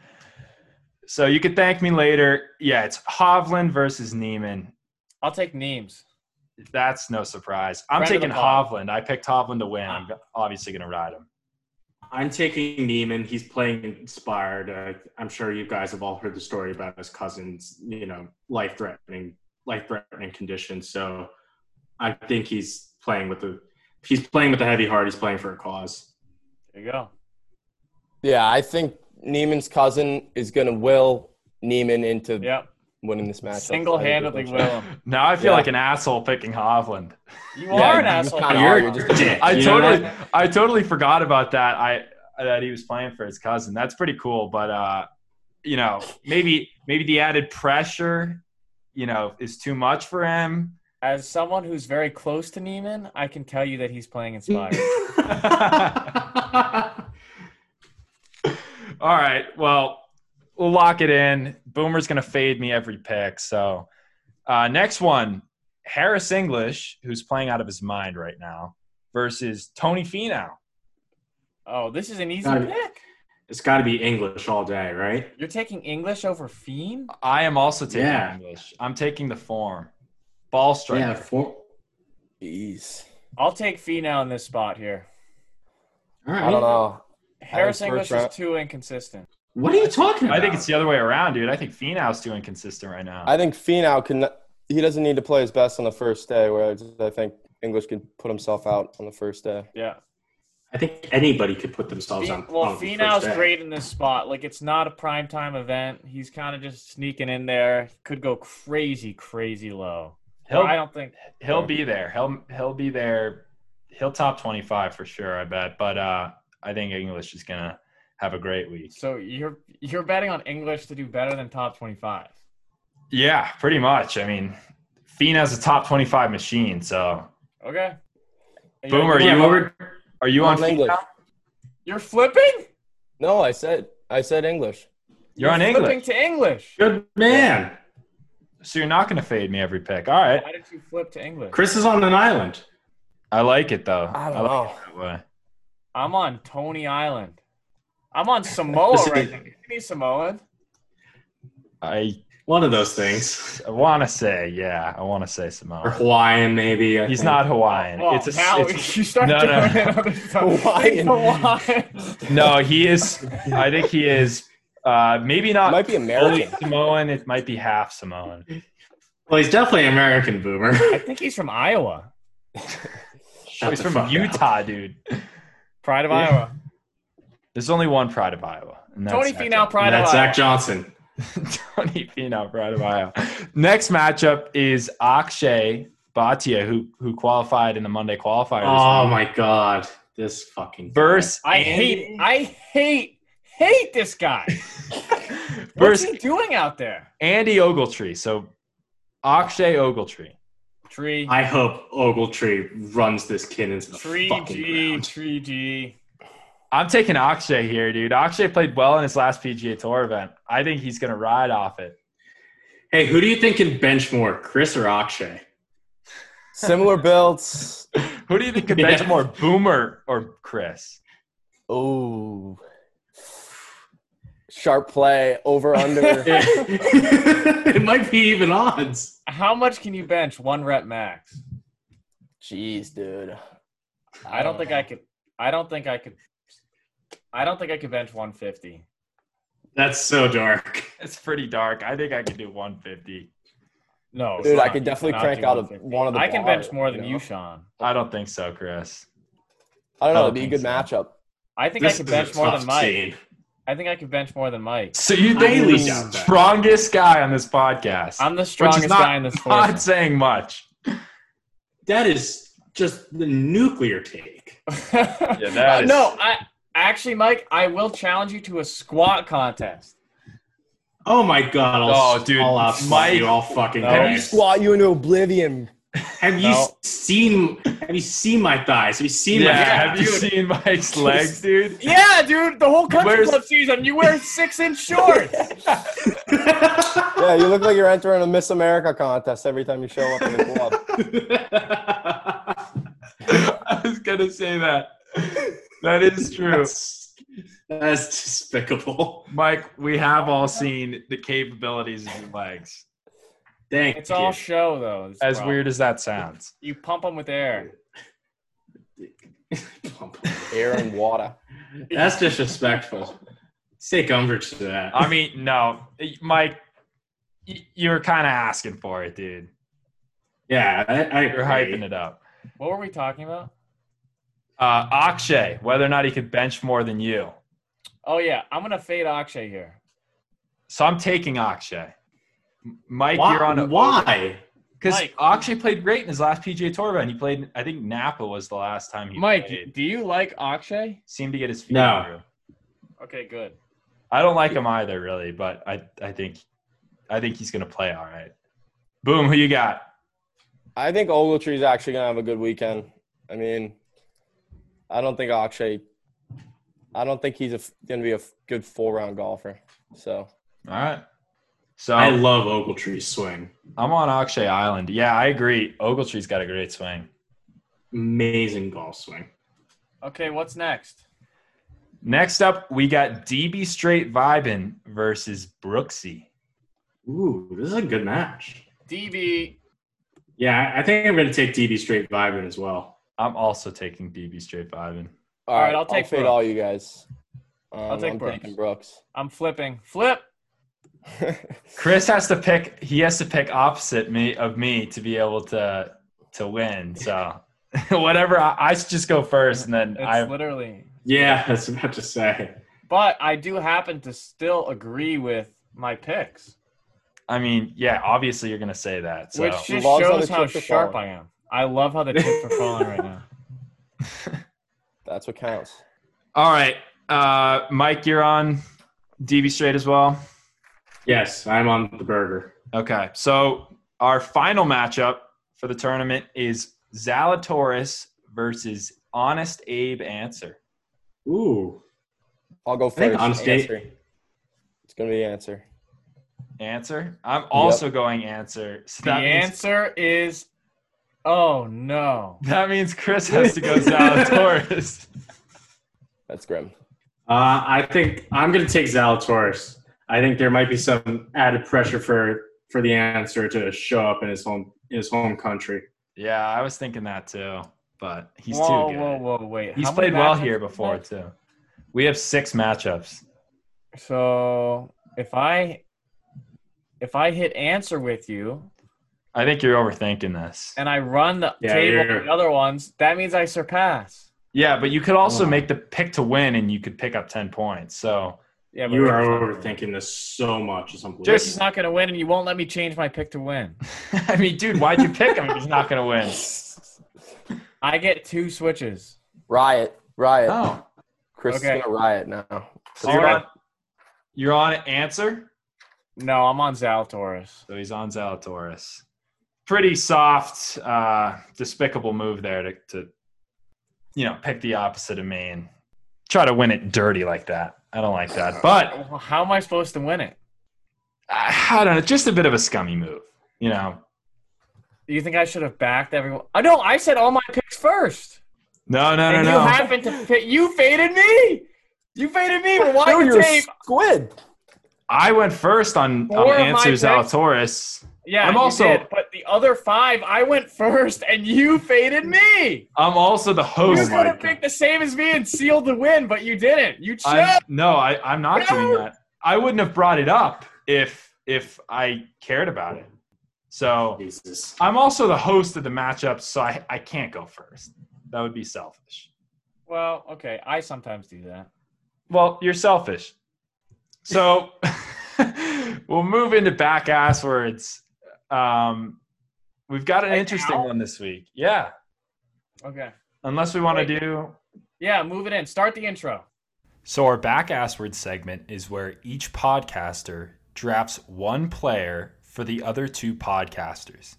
So you could thank me later. Yeah, it's Hovland versus Neiman. I'll take Neems. That's no surprise. I'm Friend of the taking pod. Hovland. I picked Hovland to win. I'm obviously going to ride him. I'm taking Neiman. He's playing inspired. Uh, I'm sure you guys have all heard the story about his cousin's, you know, life-threatening, life-threatening condition. So I think he's playing with the, he's playing with a heavy heart. He's playing for a cause. There you go. Yeah, I think Neiman's cousin is going to will Neiman into Yep. winning this match. Single-handedly will him. Now I feel Yeah. like an asshole picking Hovland. You Yeah, are an you asshole. kinda You're- are. You're just- Dick, I you know totally, that? I totally forgot about that. I that he was playing for his cousin. That's pretty cool. But uh, you know, maybe maybe the added pressure, you know, is too much for him. As someone who's very close to Neiman, I can tell you that he's playing inspired. All right. Well, we'll lock it in. Boomer's going to fade me every pick. So, uh, next one Harris English, who's playing out of his mind right now, versus Tony Finau. oh, this is an easy Got it. pick. It's got to be English all day, right? You're taking English over Fiend? I am also taking Yeah. English. I'm taking the form. Ball striker. Yeah. Four. Jeez. I'll take Fiend now in this spot here. All right. I don't know. Harris first English round- is too inconsistent. What are you talking about? I think it's the other way around, dude. I think Finau's too inconsistent right now. I think Finau can. He doesn't need to play his best on the first day. Whereas I think English can put himself out on the first day. Yeah. I think anybody could put themselves Fin- on. well, on the Finau's first day. great in this spot. Like, it's not a prime time event. He's kind of just sneaking in there. Could go crazy, crazy low. He'll- I don't think. he'll be there. He'll he'll be there. He'll top 25 for sure, I bet. But uh, I think English is going to have a great week. So you're you're betting on English to do better than top twenty five. Yeah, pretty much. I mean, Fina's a top 25 machine. So, Okay. And Boomer, are you're, you over? Are you on I'm English. Fina? You're flipping. No, I said I said English. You're on Flipping English. to English. Good man. So you're not going to fade me every pick. All right. Why did you flip to English? Chris is on an island. I like it, though. I don't like know. it that way. I'm on Tony Island. I'm on Samoa Listen- right now. Give me Samoan. I One of those things. I want to say, yeah, I want to say Or Samoa. Hawaiian, maybe. I He's think. not Hawaian. Oh, it's a, now it's- you start no, doing no. it other stuff. Hawaiian. Hawaiian. no, he is. I think he is. Uh, maybe It Ah. not might be fully American. Samoan. It might be half Samoan. Well, he's definitely an American boomer. I think he's from Iowa. Shut He's the from fuck up. Utah, dude. Pride of Yeah. Iowa. There's only one Pride of Iowa. and that's Tony Zach Finau, Johnson. Pride of That's Iowa. Zach Johnson. Tony Finau, proud of Iowa. Next matchup is Akshay Bhatia, who who qualified in the Monday qualifier. Oh my god, this fucking Verse I hate, I hate, hate this guy. What's verse he doing out there? Andy Ogletree. So Akshay Ogletree. Tree, I hope Ogletree runs this kid into the tree fucking G, ground. tree G. I'm taking Akshay here, dude. Akshay played well in his last PGA Tour event. I think he's gonna ride off it. Hey, who do you think can bench more, Chris or Akshay? Similar builds. Who do you think could bench Yeah. more, Boomer or Chris? Oh, sharp play over under. it might be even odds. How much can you bench? One rep max. Jeez, dude. I don't Uh. think I could. I don't think I could. I don't think I could bench 150. That's so dark. It's pretty dark. I think I could do 150. No, Dude, Sean, I could definitely cannot crank do out a, 150. one of the. I can bar, bench more than know? you, Sean. I don't think so, Chris. I don't I don't know. It'd be a think good so. matchup. I think I This could is a bench more tough than Mike. scene. I think I could bench more than Mike. So you I think you're the really doubt that. strongest guy on this podcast? I'm the strongest not- guy in this not sport. saying much. That is just the nuclear take. Yeah, Uh, that is- Uh, No, I actually, Mike, I will challenge you to a squat contest. Oh my god! I'll, Oh, dude, I'll out Mike- you all fucking. No. day. Let me squat you into oblivion. Have you No. seen? Have you seen my thighs? Have you seen Yeah, my? have you Dude, seen Mike's legs, dude? Yeah, dude, the whole country Where's- club season, you wear six-inch shorts. Yeah, you look like you're entering a Miss America contest every time you show up in the club. I was gonna say that. That is true. That's, that's despicable. Mike, we have all seen the capabilities of your legs. Thank It's you. all show though. is the As problem. weird as that sounds. You pump them with air. Air and water. That's disrespectful. Take umbrage to that. I mean, no, Mike, y- you're kind of asking for it, dude. yeah, I, I You're hyping it up. What were we talking about? Uh, Akshay, whether or not he could bench more than you. Oh yeah, I'm gonna fade Akshay here. So I'm taking Akshay. M- Mike, Why? you're on a why? because Mike. Akshay played great in his last PGA Tour event. He played, I think Napa was the last time he Mike, played. do you like Akshay? Seemed to get his feet No. through. Okay, good. I don't like him either, really, but I, I think I think he's gonna play all right. Boom, who you got? I think Ogletree's actually gonna have a good weekend. I mean, I don't think Akshay. I don't think he's a, f- gonna be a f- good four round golfer. So All right. So I love Ogletree's swing. I'm on Akshay Island. Yeah, I agree. Ogletree's got a great swing. Amazing golf swing. Okay, what's next? Next up, we got DB Straight Vibin versus Brooksy. Ooh, this is a good match. DB. Yeah, I think I'm going to take DB straight vibing as well. I'm also taking DB Straight Vibin. All right, I'll take fade Brooks. all you guys. Um, I'll take take am Brooks. taking Brooks. I'm flipping. Flip. Chris has to pick. He has to pick opposite me of me to be able to to win. So whatever, I, I should just go first, and then It's I. literally. Yeah, that's about to say. But I do happen to still agree with my picks, I mean, yeah, obviously you're gonna say that. So which just Revolves how shows the how chips are sharp I falling. am. I love how the chips are falling right now. That's what counts. all right, uh, Mike, you're on DB Straight as well. Yes, I'm on the burger. Okay, so our final matchup for the tournament is Zalatoris versus Honest Abe Answer. Ooh, I'll go think first. honestly- Answer. It's gonna be answer. Answer. I'm also going answer. So The that means, answer is, oh no. that means Chris has to go Zalatoris. That's grim. uh, I think I'm going to take Zalatoris. I think there might be some added pressure for for the answer to show up in his home in his home country. yeah, I was thinking that too, but he's whoa, too good. whoa, whoa, wait. He's How many played well matchups here is before that? too. We have six matchups. So if I if I hit answer with you I think you're overthinking this. and I run the Yeah, table you're- of the other ones, that means I surpass. Yeah, but you could also make the pick to win, and you could pick up ten points. So Yeah, You are overthinking this so much. It's unbelievable. He's not gonna win, and you won't let me change my pick to win. I mean, dude, why'd you pick him? if He's not going to win. I get two switches. Riot, riot. Oh, Chris okay. is gonna riot now. so you're on, you're on answer. No, I'm on Zalatoris. So he's on Zalatoris. Pretty soft, uh, despicable move there to, to, you know, pick the opposite of me and try to win it dirty like that. I don't like that, but How am I supposed to win it? I, I don't know. Just a bit of a scummy move, you know. Do you think I should have backed everyone? Oh no, I said all my picks first. No, no, no, and you no. happened to fit you faded me. You faded me. Rewind No, the you're a tape. squid. I went first on, Four on of my answer picks- Zalatoris. Yeah, I'm you also- did, but the other five, I went first, and you faded me. I'm also the you host. could have picked the same as me and sealed the win, but you didn't. You I'm, choked. no, I, I'm not doing No. that. I wouldn't have brought it up if if I cared about it. So Jesus. I'm also the host of the matchup, so I, I can't go first. That would be selfish. Well, okay, I sometimes do that. Well, you're selfish. So we'll move into back ass words. Um, we've got an Right interesting now? one this week. Yeah. Okay. Unless we want Wait. to do Yeah, move it in. Start the intro. So, our back assword segment is where each podcaster drafts one player for the other two podcasters.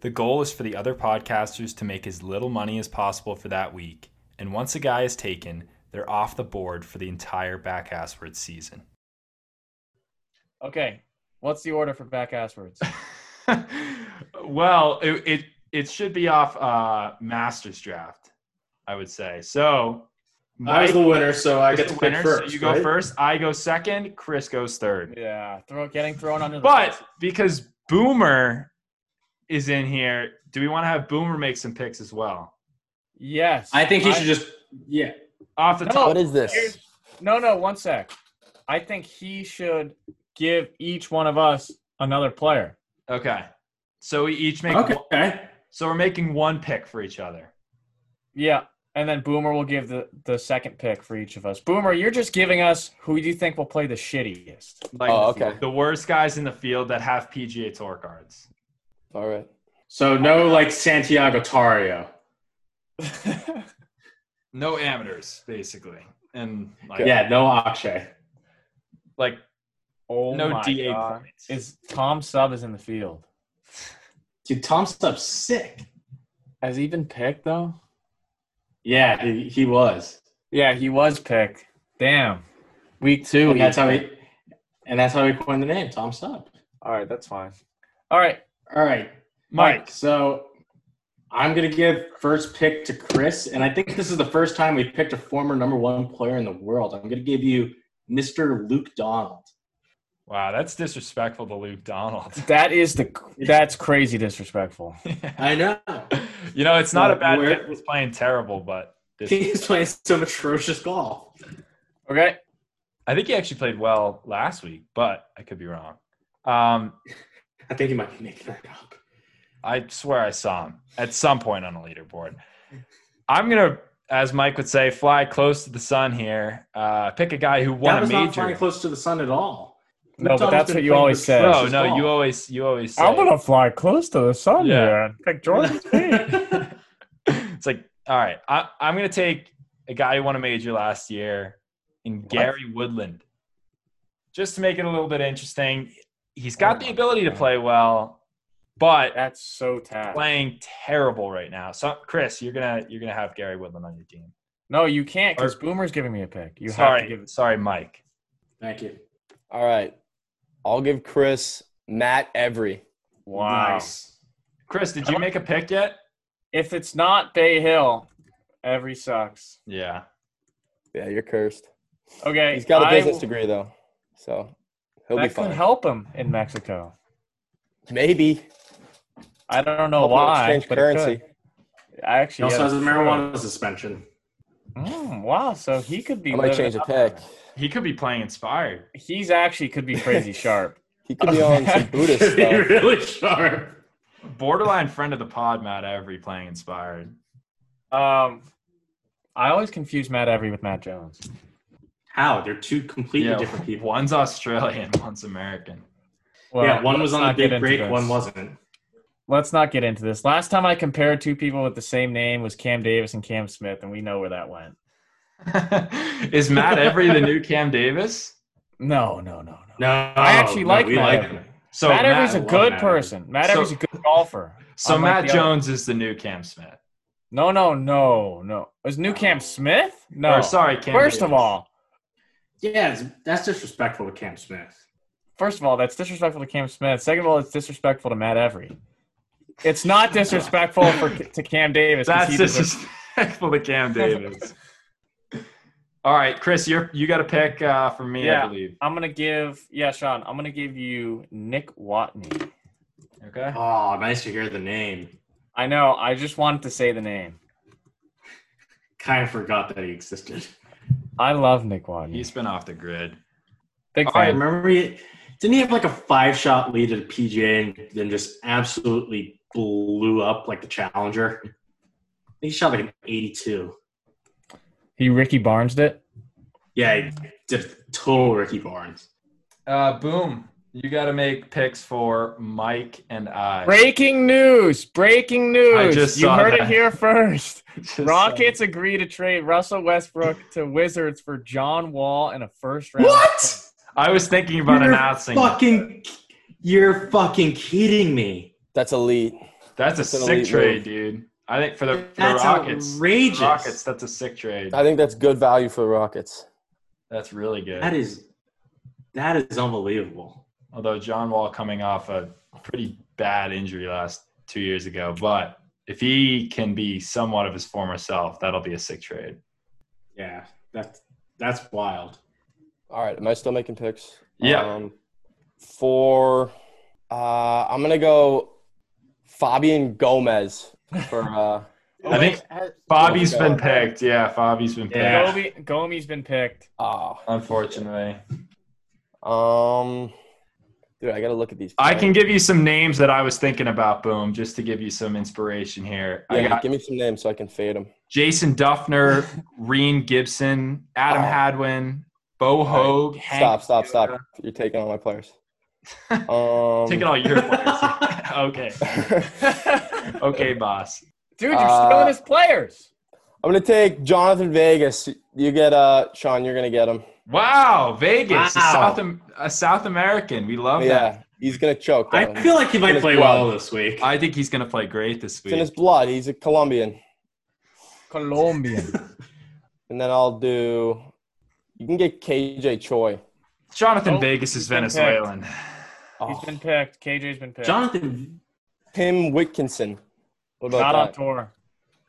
The goal is for the other podcasters to make as little money as possible for that week, and once a guy is taken, they're off the board for the entire back assword season. Okay. What's the order for back ass words? well, it, it it should be off uh, Masters draft, I would say. So I was Mike the winner, so I is get the to pick winner, so first. you go right? first. I go second. Chris goes third. Yeah, throw getting thrown under the But because Boomer is in here, do we want to have Boomer make some picks as well? yes. I think he should just yeah. Off the No. top, What is this? Oh, Here's- No, no, one sec. I think he should give each one of us another player. okay. So we each make. One, Okay. so we're making one pick for each other. Yeah. And then Boomer will give the, the second pick for each of us. Boomer, you're just giving us who you think will play the shittiest. Like Oh, okay. the worst guys in the field that have PGA Tour cards. All right. So no like Santiago Tario. No amateurs, basically, and like, Yeah, no Akshay. like Oh no my D8 God. points. Is Tom Sub is in the field? Dude, Tom Stubb's sick. Has he been picked though? Yeah, he, he was. Yeah, he was picked. Damn. Week two. And he- that's how he and that's how he coined the name, Tom Stubb. All right, that's fine. All right. All right. Mike, So I'm gonna give first pick to Chris, and I think this is the first time we've picked a former number one player in the world. I'm gonna give you Mr. Luke Donald. wow, that's disrespectful to Luke Donald. That is the that's crazy disrespectful. I know. you know, it's not a bad Where- pick. He's playing terrible, but this, He's playing some atrocious golf. Okay. I think he actually played well last week, but I could be wrong. Um, I think he might be making that up. I swear I saw him at some point on a leaderboard. I'm gonna, as Mike would say, fly close to the sun here. Uh, pick a guy who won that a was not major. flying close to the sun at all. No, but Donald's that's been what you playing always say. no, atrocious no, you golf. always, you always. Say, fly close to the sun Yeah. here and pick it's like, all right, I, I'm gonna take a guy who won a major last year in Gary Woodland, just to make it a little bit interesting. He's got Oh the my ability to God. play well, but That's so tough. playing terrible right now. So, Chris, you're gonna you're gonna have Gary Woodland on your team. No, you can't because Boomer's giving me a pick. You sorry, have to give it. sorry, Mike. Thank you. All right. I'll give Chris Matt Every. Wow. Nice. Chris, did you make a pick yet? If it's not Bay Hill, every sucks. Yeah. Yeah, you're cursed. Okay. He's got a I business will- degree though, so he'll That be could fine. help him in Mexico. Maybe I don't know Help him why, exchange but it could. I He actually also yeah, has a that's marijuana suspension. true. Mm, wow, so he could be. I might living change a up pick. He could be playing inspired. there. He's actually could be crazy sharp. He could be on some Buddhist stuff. really sharp. Borderline friend of the pod, Matt Every playing inspired. Um, I always confuse Matt Every with Matt Jones. How? They're two completely Yeah, different people. one's Australian, one's American. Well, yeah, one let's was on not the get big into break, this. one wasn't. Let's not get into this. Last time I compared two people with the same name was Cam Davis and Cam Smith, and we know where that went. Is Matt Every the new Cam Davis? No, no, no, no. No, I actually no, like we Matt like Every. him. So Matt Every's a love good Matt Every. person. Matt So- Every's a good golfer. so unlike Matt the other- Jones is the new Cam Smith. No, no, no, no. Is New Camp Smith? No. Or, sorry, Cam. first of Davis. all, Yeah, it's- that's disrespectful to Cam Smith. first of all, that's disrespectful to Cam Smith. Second of all, it's disrespectful to Matt Every. It's not disrespectful for to Cam Davis. 'cause that's he deserves- disrespectful to Cam Davis. all right, Chris, you're you got a pick uh, for me, I Yeah. believe. I'm gonna give yeah, Sean. I'm gonna give you Nick Watney. Okay. Oh, nice to hear the name. I know. I just wanted to say the name. Kind of forgot that he existed. I love Nick Watney. He's been off the grid. big I fan. remember he didn't he have like a five shot lead at PGA and then just absolutely blew up like the challenger. He shot like an 82. he Ricky Barnes it. Yeah, he did total Ricky Barnes. Uh, boom. You got to make picks for Mike and I. Breaking news! Breaking news! I just you saw heard it that. here first. Just, uh, Rockets agree to trade Russell Westbrook to Wizards for John Wall and a first round. pick. What? I was thinking about You're announcing. Fucking, you're fucking kidding me. That's elite. That's a That's an sick elite trade, dude. I think for the, for the That's Rockets. outrageous. the Rockets, that's a sick trade. I think that's good value for the Rockets. That's really good. That is, that is unbelievable. Although John Wall coming off a pretty bad injury last two years ago, but if he can be somewhat of his former self, that'll be a sick trade. Yeah, that's that's wild. All right. Am I still making picks? Yeah. Um, for uh, I'm gonna go Fabian Gomez for uh, I think Bobby's been picked. Yeah, Bobby's been picked. Yeah. Gomi, Gomi's been picked. ah, Unfortunately, um, dude, I gotta look at these. I players. can give you some names that I was thinking about. Boom, just to give you some inspiration here. I Yeah, got give me some names so I can fade them. Jason Duffner, Reen Gibson, Adam Oh. Hadwin, Bo Hogue. Hank Stop, stop, stop. Yoder. You're taking all my players. Um, Taking all your players. okay, Dude, okay, boss. you're Uh, stealing his players. I'm gonna take Jonathan Vegas. You get uh Sean. You're gonna get him. Wow, Vegas, Wow. A, South, Am- a South American. We love that. Yeah, he's gonna choke. though. I feel like he might Gonna play go well this week. I think he's going to play great this it's in his week. blood. He's a Colombian. Colombian. And then I'll do. You can get KJ Choi. Jonathan Oh, Vegas is he's been picked. Venezuelan. He's Oh, been picked. KJ's been picked. Jonathan, Tim Whitkinson. What about Not on that? tour.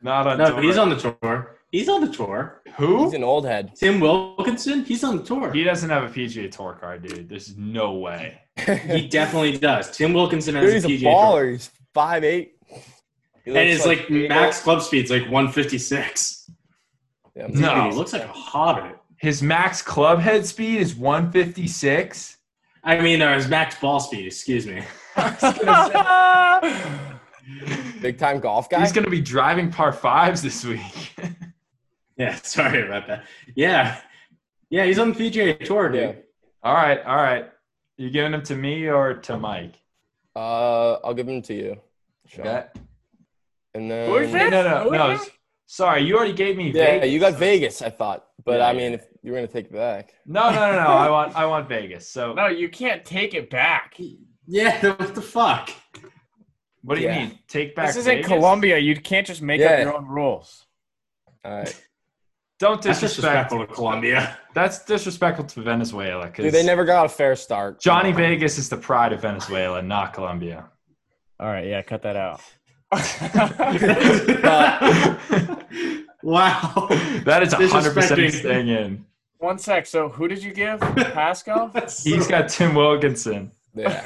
Not on no, tour. he's on the tour. He's on the tour. who? He's an old head. Tim Wilkinson, he's on the tour. He doesn't have a PGA Tour card, dude. There's no way. Dude, He definitely does. Tim Wilkinson has he's a PGA Tour. baller. He's five eight. And it's like, max club speed's like 156. No. Dude, he looks like a hobbit. His max club head speed is 156. I mean, uh, his max ball speed, excuse me. big time golf guy. He's going to be driving par fives this week. Yeah, sorry about that. Yeah. Yeah, he's on the PGA Tour, dude. Yeah. all right, all right. You giving him to me or to Mike? Uh, I'll give him to you. Sean. Okay. And then Who is No, it? no, no, Who no. is it? Sorry, you already gave me yeah, Vegas. you got Vegas. I thought, but Yeah, I mean, if you were gonna take it back, No, no, no, no. I want, I want Vegas. So, No, you can't take it back. Yeah, what the fuck? what do you Yeah. mean? Take back. This isn't Vegas? Colombia. You can't just make up Yeah. your own rules. all right. Don't That's disrespect. disrespectful to Colombia. That's disrespectful to Venezuela because Dude, they never got a fair start. Johnny Vegas is the pride of Venezuela, not Colombia. All right, yeah, cut that out. wow. That is hundred Disrespecting. percent staying in. One sec. So, who did you give? Pasco? That's He's so- got Tim Wilkinson. Yeah,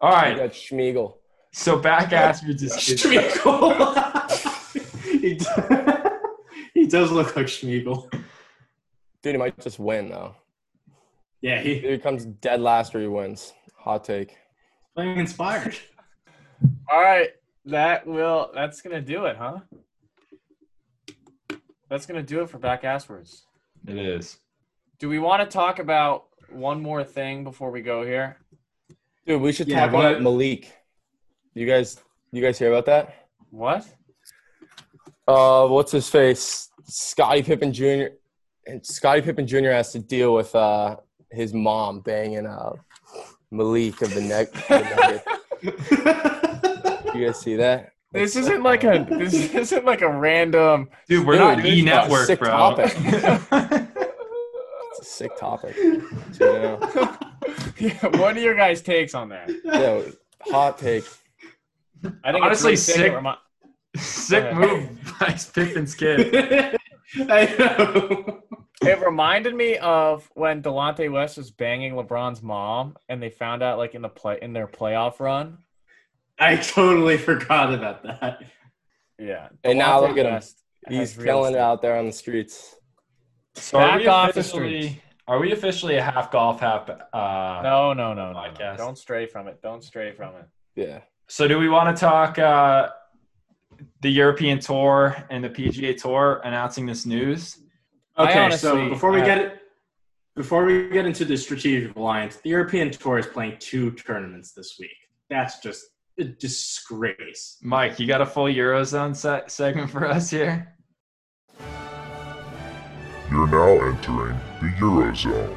All you right, got Schmiegel. so back Ashford's is, is Schmeagle. he, d- he does look like Schmeagle. Dude, he might just win though. Yeah, Dude, he's he comes dead last or he wins. Hot take. playing inspired. All right, that will. That's gonna do it, huh? That's gonna do it for back asswards. it is. Do we want to talk about one more thing before we go here? Dude, we should Yeah, talk about but- Malik. You guys, you guys hear about that? What? Uh, what's his face? Scottie Pippen Jr. And Scottie Pippen Jr. has to deal with uh his mom banging uh Malik of the neck. you guys see that? This isn't like a. This isn't like a random. Dude, we're Dude, not dude, E Network, sick bro. topic. It's a sick topic. So, you know, Yeah, what are your guys' takes on that? yeah, hot take. I think Honestly, it's really sick- It remi- Sick Okay. move by Pippen's kid. I know. It reminded me of when Delonte West was banging LeBron's mom, and they found out like in the play in their playoff run. I totally forgot about that. Yeah. And now Delonte look at him. West He's has real killing it estate. out there on the streets. So are we Back off the officially? streets. Are we officially a half golf, half? Uh, No, no, no, no, no. Podcast. Don't stray from it. Don't stray from it. Yeah. So do we want to talk uh, the European Tour and the PGA Tour announcing this news? I Okay, so honestly- before we I- get it, before we get into the strategic alliance, the European Tour is playing two tournaments this week. That's just a disgrace. Mike, you got a full Eurozone se- segment for us here? You're now entering the Eurozone,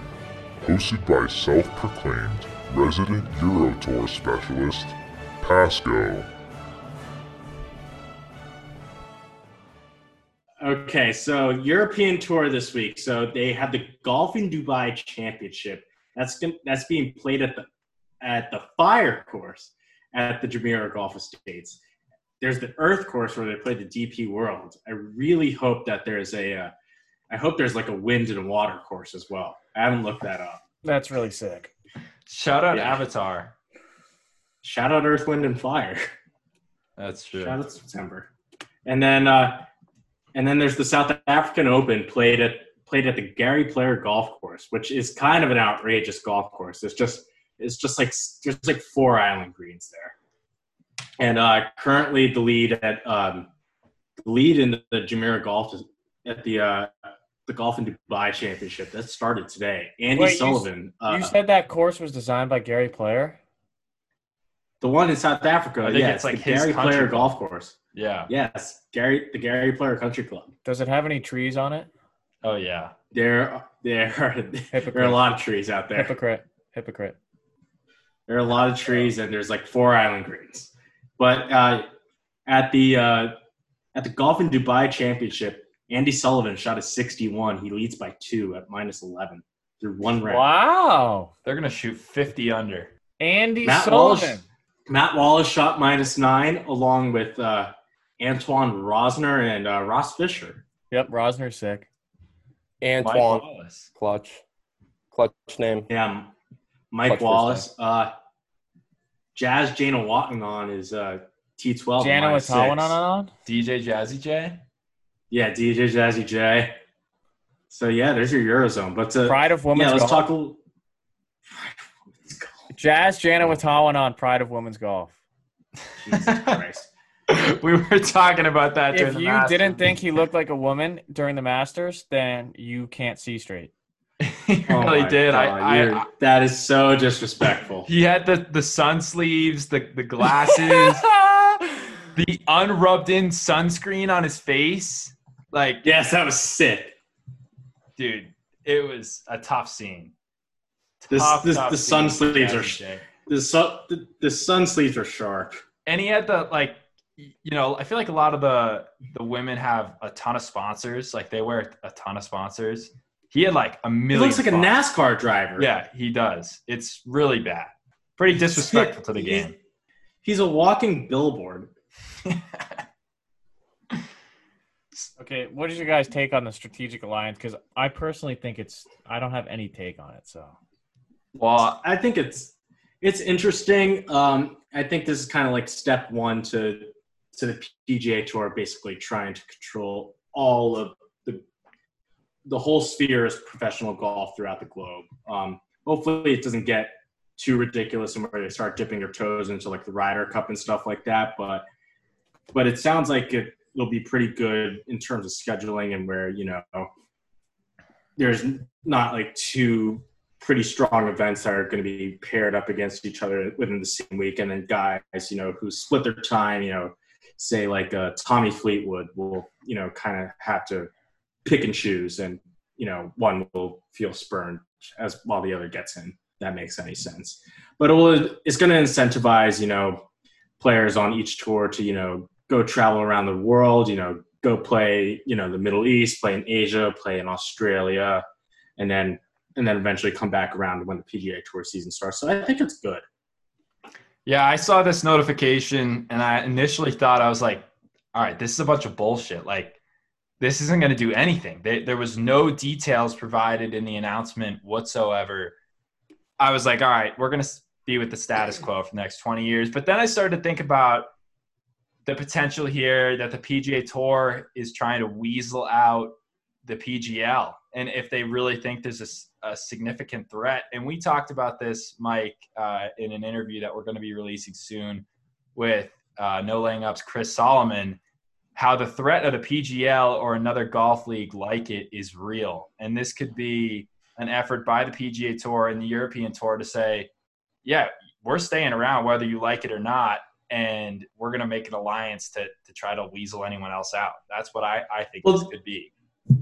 hosted by self proclaimed resident Eurotour specialist, Pasco. Okay, so European Tour this week. So they have the Golf in Dubai Championship. That's gon- that's being played at the at the Fire Course at the Jumeirah Golf Estates. There's the Earth Course where they play the DP World. I really hope that there's a uh, I hope there's like a wind and a water course as well. I haven't looked that up. That's really sick. Shout out Yeah. Avatar. Shout out Earth, Wind, and Fire. That's true. Shout out September. And then uh, and then there's the South African Open played at played at the Gary Player Golf Course, which is kind of an outrageous golf course. It's just it's just like there's like four island greens there. And uh, currently the lead at um, the lead in the Jumeirah Golf is at the uh, the Golf in Dubai Championship that started today. Andy Wait, you s- Sullivan, uh, you said that course was designed by Gary Player? the one in South Africa. I think yeah, it's like the his Gary country Player club. Golf Course. Yeah. Yes, Gary the Gary Player Country Club. Does it have any trees on it? Oh yeah. There, there are there are a Hypocrite. lot of trees out there. Hypocrite. Hypocrite. There are a lot of trees, and there's like four island greens. But uh, at the uh, at the Golf in Dubai Championship, Andy Sullivan shot a 61. He leads by two at minus 11 through one round. Wow. They're gonna shoot 50 under. Andy Matt Walsh. Sullivan. Matt Wallace shot minus nine, along with uh, Antoine Rosner and uh, Ross Fisher. Yep, Rosner's sick. Mike Antoine Wallace. clutch, clutch name. Yeah, Mike Clutch first Wallace. Uh, Jazz Jana Watanagon is uh, T12. Jana minus six. was on on. DJ Jazzy J. Yeah, DJ Jazzy J. So yeah, there's your Eurozone. But to, Pride of Women's yeah, let's Golf. talk. a l- Jazz Jana Watawan on Pride of Women's Golf. Jesus Christ. we were talking about that. during If the you Masters. didn't think he looked like a woman during the Masters, then you can't see straight. he Oh really my did. God, I, you're- I, I that is so disrespectful. he had the the sun sleeves, the the glasses, the unrubbed in sunscreen on his face. Like, Yes, that was sick. dude, it was a tough scene. This, Tough, this, tough the scene sun for sleeves Jazzy are sh- J. the sun the, the sun sleeves are sharp. and he had the like y- you know i feel like a lot of the the women have a ton of sponsors like they wear a ton of sponsors he had like a He million looks like a sponsors. NASCAR driver. yeah he does it's really bad pretty disrespectful to the game he's a walking billboard. Okay, what is your guys' take on the strategic alliance? Because I personally think it's I don't have any take on it. So well I think it's it's interesting. Um, I think this is kind of like step one to to the PGA Tour basically trying to control all of the the whole sphere of professional golf throughout the globe. Um, hopefully, it doesn't get too ridiculous and where they start dipping their toes into like the Ryder Cup and stuff like that. But but it sounds like it, it'll be pretty good in terms of scheduling and where you know there's not like two pretty strong events that are going to be paired up against each other within the same week, and then guys, you know, who split their time, you know, say like uh, Tommy Fleetwood will, you know, kind of have to pick and choose, and you know, one will feel spurned as while the other gets in. if That makes any sense, but it will, it's going to incentivize, you know, players on each tour to, you know, go travel around the world, you know, go play, you know, the Middle East, play in Asia, play in Australia, and then and then eventually come back around when the PGA Tour season starts. So I think it's good. yeah i saw this notification and i initially thought i was like all right this is a bunch of bullshit like this isn't going to do anything they, there was no details provided in the announcement whatsoever I was like, all right, we're going to be with the status quo for the next 20 years. But then I started to think about the potential here that the PGA Tour is trying to weasel out the PGL. And if they really think there's a s- a, significant threat, and we talked about this, Mike, uh, in an interview that we're going to be releasing soon with uh, No Laying Up's Chris Solomon, how the threat of the PGL or another golf league like it is real. And this could be an effort by the PGA Tour and the European Tour to say, yeah, we're staying around whether you like it or not, and we're going to make an alliance to, to try to weasel anyone else out. That's what I, I think this Well, could be.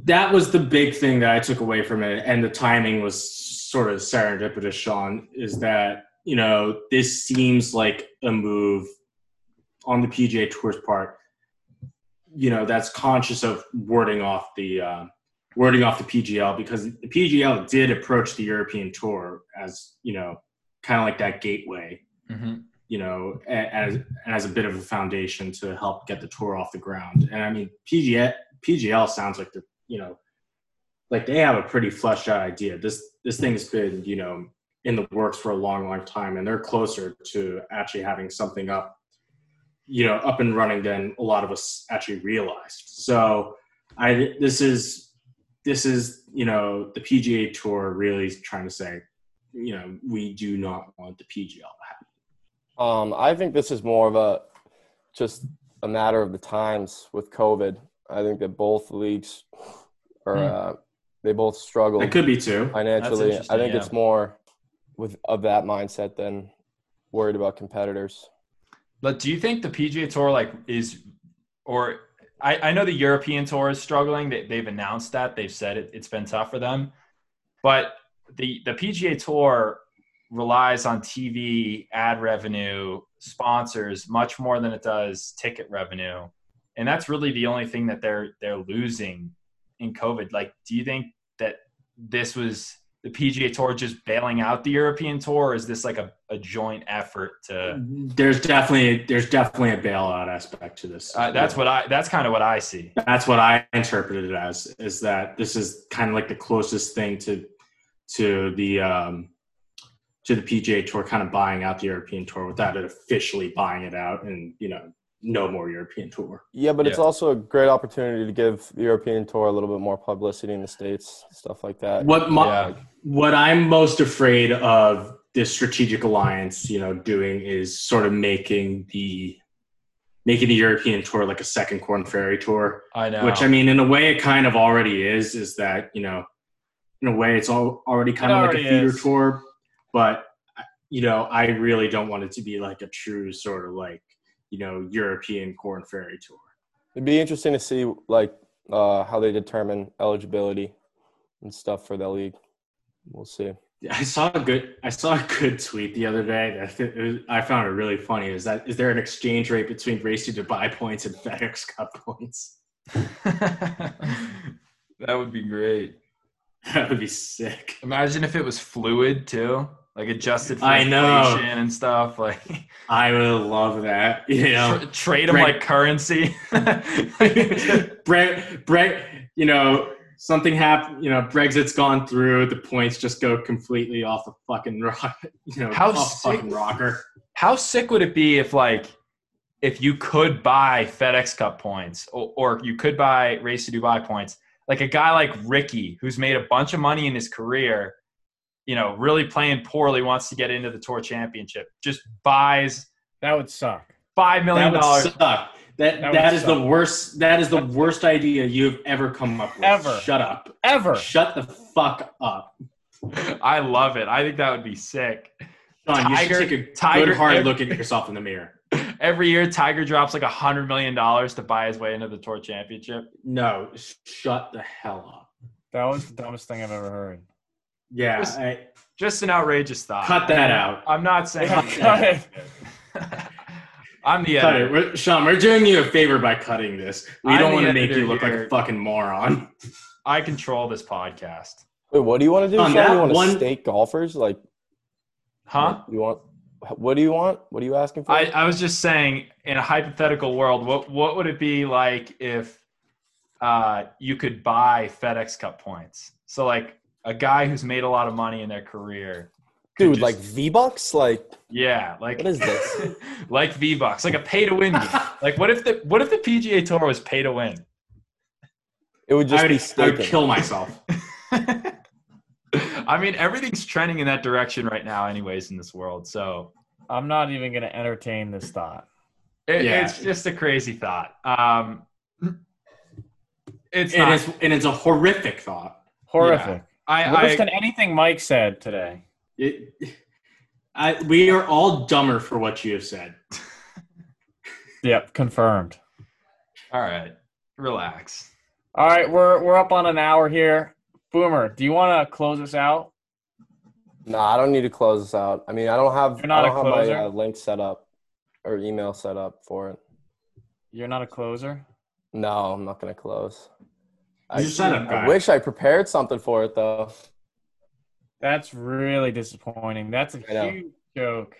That was the big thing that I took away from it, and the timing was sort of serendipitous. Sean is that you know this seems like a move on the PGA Tour's part. You know that's conscious of wording off the uh, wording off the PGL because the PGL did approach the European Tour as you know kind of like that gateway you know, a- as as a bit of a foundation to help get the tour off the ground. And I mean, PGL PGL sounds like they're you know like they have a pretty fleshed out idea. This this thing's been you know in the works for a long, long time, and they're closer to actually having something up, you know, up and running than a lot of us actually realized. So, I this is this is you know the PGA Tour really trying to say, you know, we do not want the PGL to happen. Um, I think this is more of a just a matter of the times with COVID. I think that both leagues Hmm. are uh, they both struggle It could be too. financially. I interesting, think yeah. it's more with of that mindset than worried about competitors. But do you think the PGA Tour like is, or I, I know the European Tour is struggling. They, they've announced that. They've said it, it's been tough for them. But the the PGA Tour relies on TV ad revenue, sponsors much more than it does ticket revenue, and that's really the only thing that they're they're losing in COVID. Like, do you think that this was the PGA Tour just bailing out the European Tour? Or is this like a, a joint effort Hmm. to? There's definitely there's definitely a bailout aspect to this. Uh, that's what I. That's kind of what I see. that's what I interpreted it as is that this is kind of like the closest thing to to the um, to the PGA Tour kind of buying out the European Tour without it officially buying it out and you know no more European Tour. Yeah, but it's also a great opportunity to give the European Tour a little bit more publicity in the states, stuff like that. What my, Yeah. what I'm most afraid of this strategic alliance, you know, doing is sort of making the making the European Tour like a second Corn Ferry Tour. I know. which I mean, in a way, it kind of already is. Is that you know, in a way, it's all already kind It of like a already feeder is. tour, but you know, I really don't want it to be like a true sort of like you know European corn ferry tour. It'd be interesting to see like uh, how they determine eligibility and stuff for the league. We'll see. Yeah, I saw a good I saw a good tweet the other day that I thi- it was, I found it really funny. Is that is there an exchange rate between Race to Dubai points and FedEx Cup points? that would be great. That would be sick. Imagine if it was fluid too, like adjusted for I know. inflation and stuff. Like I would love that. You know, tr- trade them Right. like currency. Brett, Brett, you know, something happened. You know, Brexit's gone through. The points just go completely off the fucking rock. You know, How off the sick- fucking rocker. How sick would it be if like if you could buy FedEx Cup points or, or you could buy Race to Dubai points? Like a guy like Ricky, who's made a bunch of money in his career, you know, really playing poorly, wants to get into the tour championship, just buys That would suck. five million That would dollars. suck. That that, That that would is the worst. That is the worst idea you've ever come up with. Ever. Shut up. Ever. Shut the fuck up. I love it. I think that would be sick. John, you Tiger- should take a Tiger- good hard every- look at yourself in the mirror. Every year, Tiger drops like a hundred million dollars to buy his way into the tour championship. No, sh- shut the hell up. That was the dumbest thing I've ever heard. Yeah, Just- I- Just an outrageous thought. cut that out. I'm not saying. Got it. I'm the Cut editor. it. We're, Sean, we're doing you a favor by cutting this. We I'm don't the want to make editor you look like here. a fucking moron. I control this podcast. Wait, what do you want to do? On Sean? that you want to one- stake golfers? Like, Huh? You want? What do you want? What are you asking for? I, I was just saying, in a hypothetical world, what what would it be like if uh, you could buy FedEx Cup points? So, like a guy who's made a lot of money in their career, Dude, just- like V Bucks? Like, yeah, like What is this? like V Bucks, like a pay to win. game. like, what if the what if the PGA Tour was pay to win? it would just I be would, I would staking. kill myself. I mean, everything's trending in that direction right now, anyways, in this world. So I'm not even going to entertain this thought. it, Yeah. it's just a crazy thought. Um, it's and, not. it's, and it's a horrific thought. Horrific. I, Worse I than anything Mike said today. It, I, we are all dumber for what you have said. Yep, confirmed. all right. Relax. All right, we're we're up on an hour here. Boomer, do you want to close us out? No, I don't need to close this out. I mean, I don't have, You're not a I don't have closer? my uh, link set up or email set up for it. You're not a closer. No, I'm not going to close. You're a setup I guy. wish I prepared something for it, though. That's really disappointing. That's a I know. huge joke.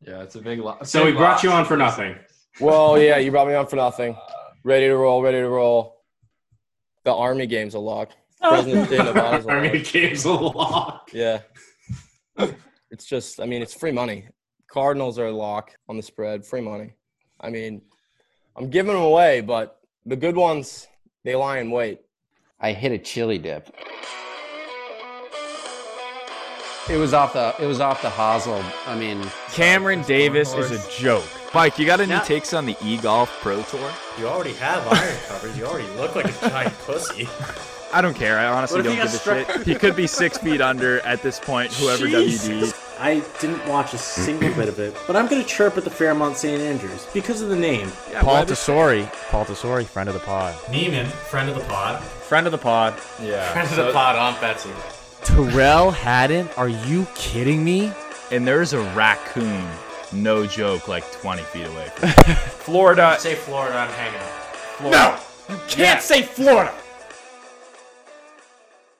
Yeah, it's a big lot. So we brought you on for nothing. Well, yeah, you brought me on for nothing. Ready to roll, ready to roll. The Army game's a lock. President Day Nevada's a Target lock. game's a lock. Yeah. It's just, I mean, it's free money. Cardinals are a lock on the spread, free money. I mean, I'm giving them away, but the good ones, they lie in wait. I hit a chili dip. It was off the it was off the hosel. I mean, Cameron Davis is a joke. Mike, you got any Yeah. takes on the e-golf pro tour? You already have iron coverage. You already look like a giant pussy. I don't care. I honestly What if don't he give a got struck- shit. He could be six feet under at this point. Whoever WD. I didn't watch a single bit of it, but I'm going to chirp at the Fairmont St. Andrews because of the name. Yeah, Paul whether- Tesori. Paul Tesori, friend of the pod. Neiman, friend of the pod. Friend of the pod. Yeah. Friend of the pod, Aunt Betsy. Terrell Haddon, are you kidding me? And there's a raccoon, no joke, like 20 feet away. From Florida. Uh, Say Florida, I'm hanging out. Florida. Can't say Florida.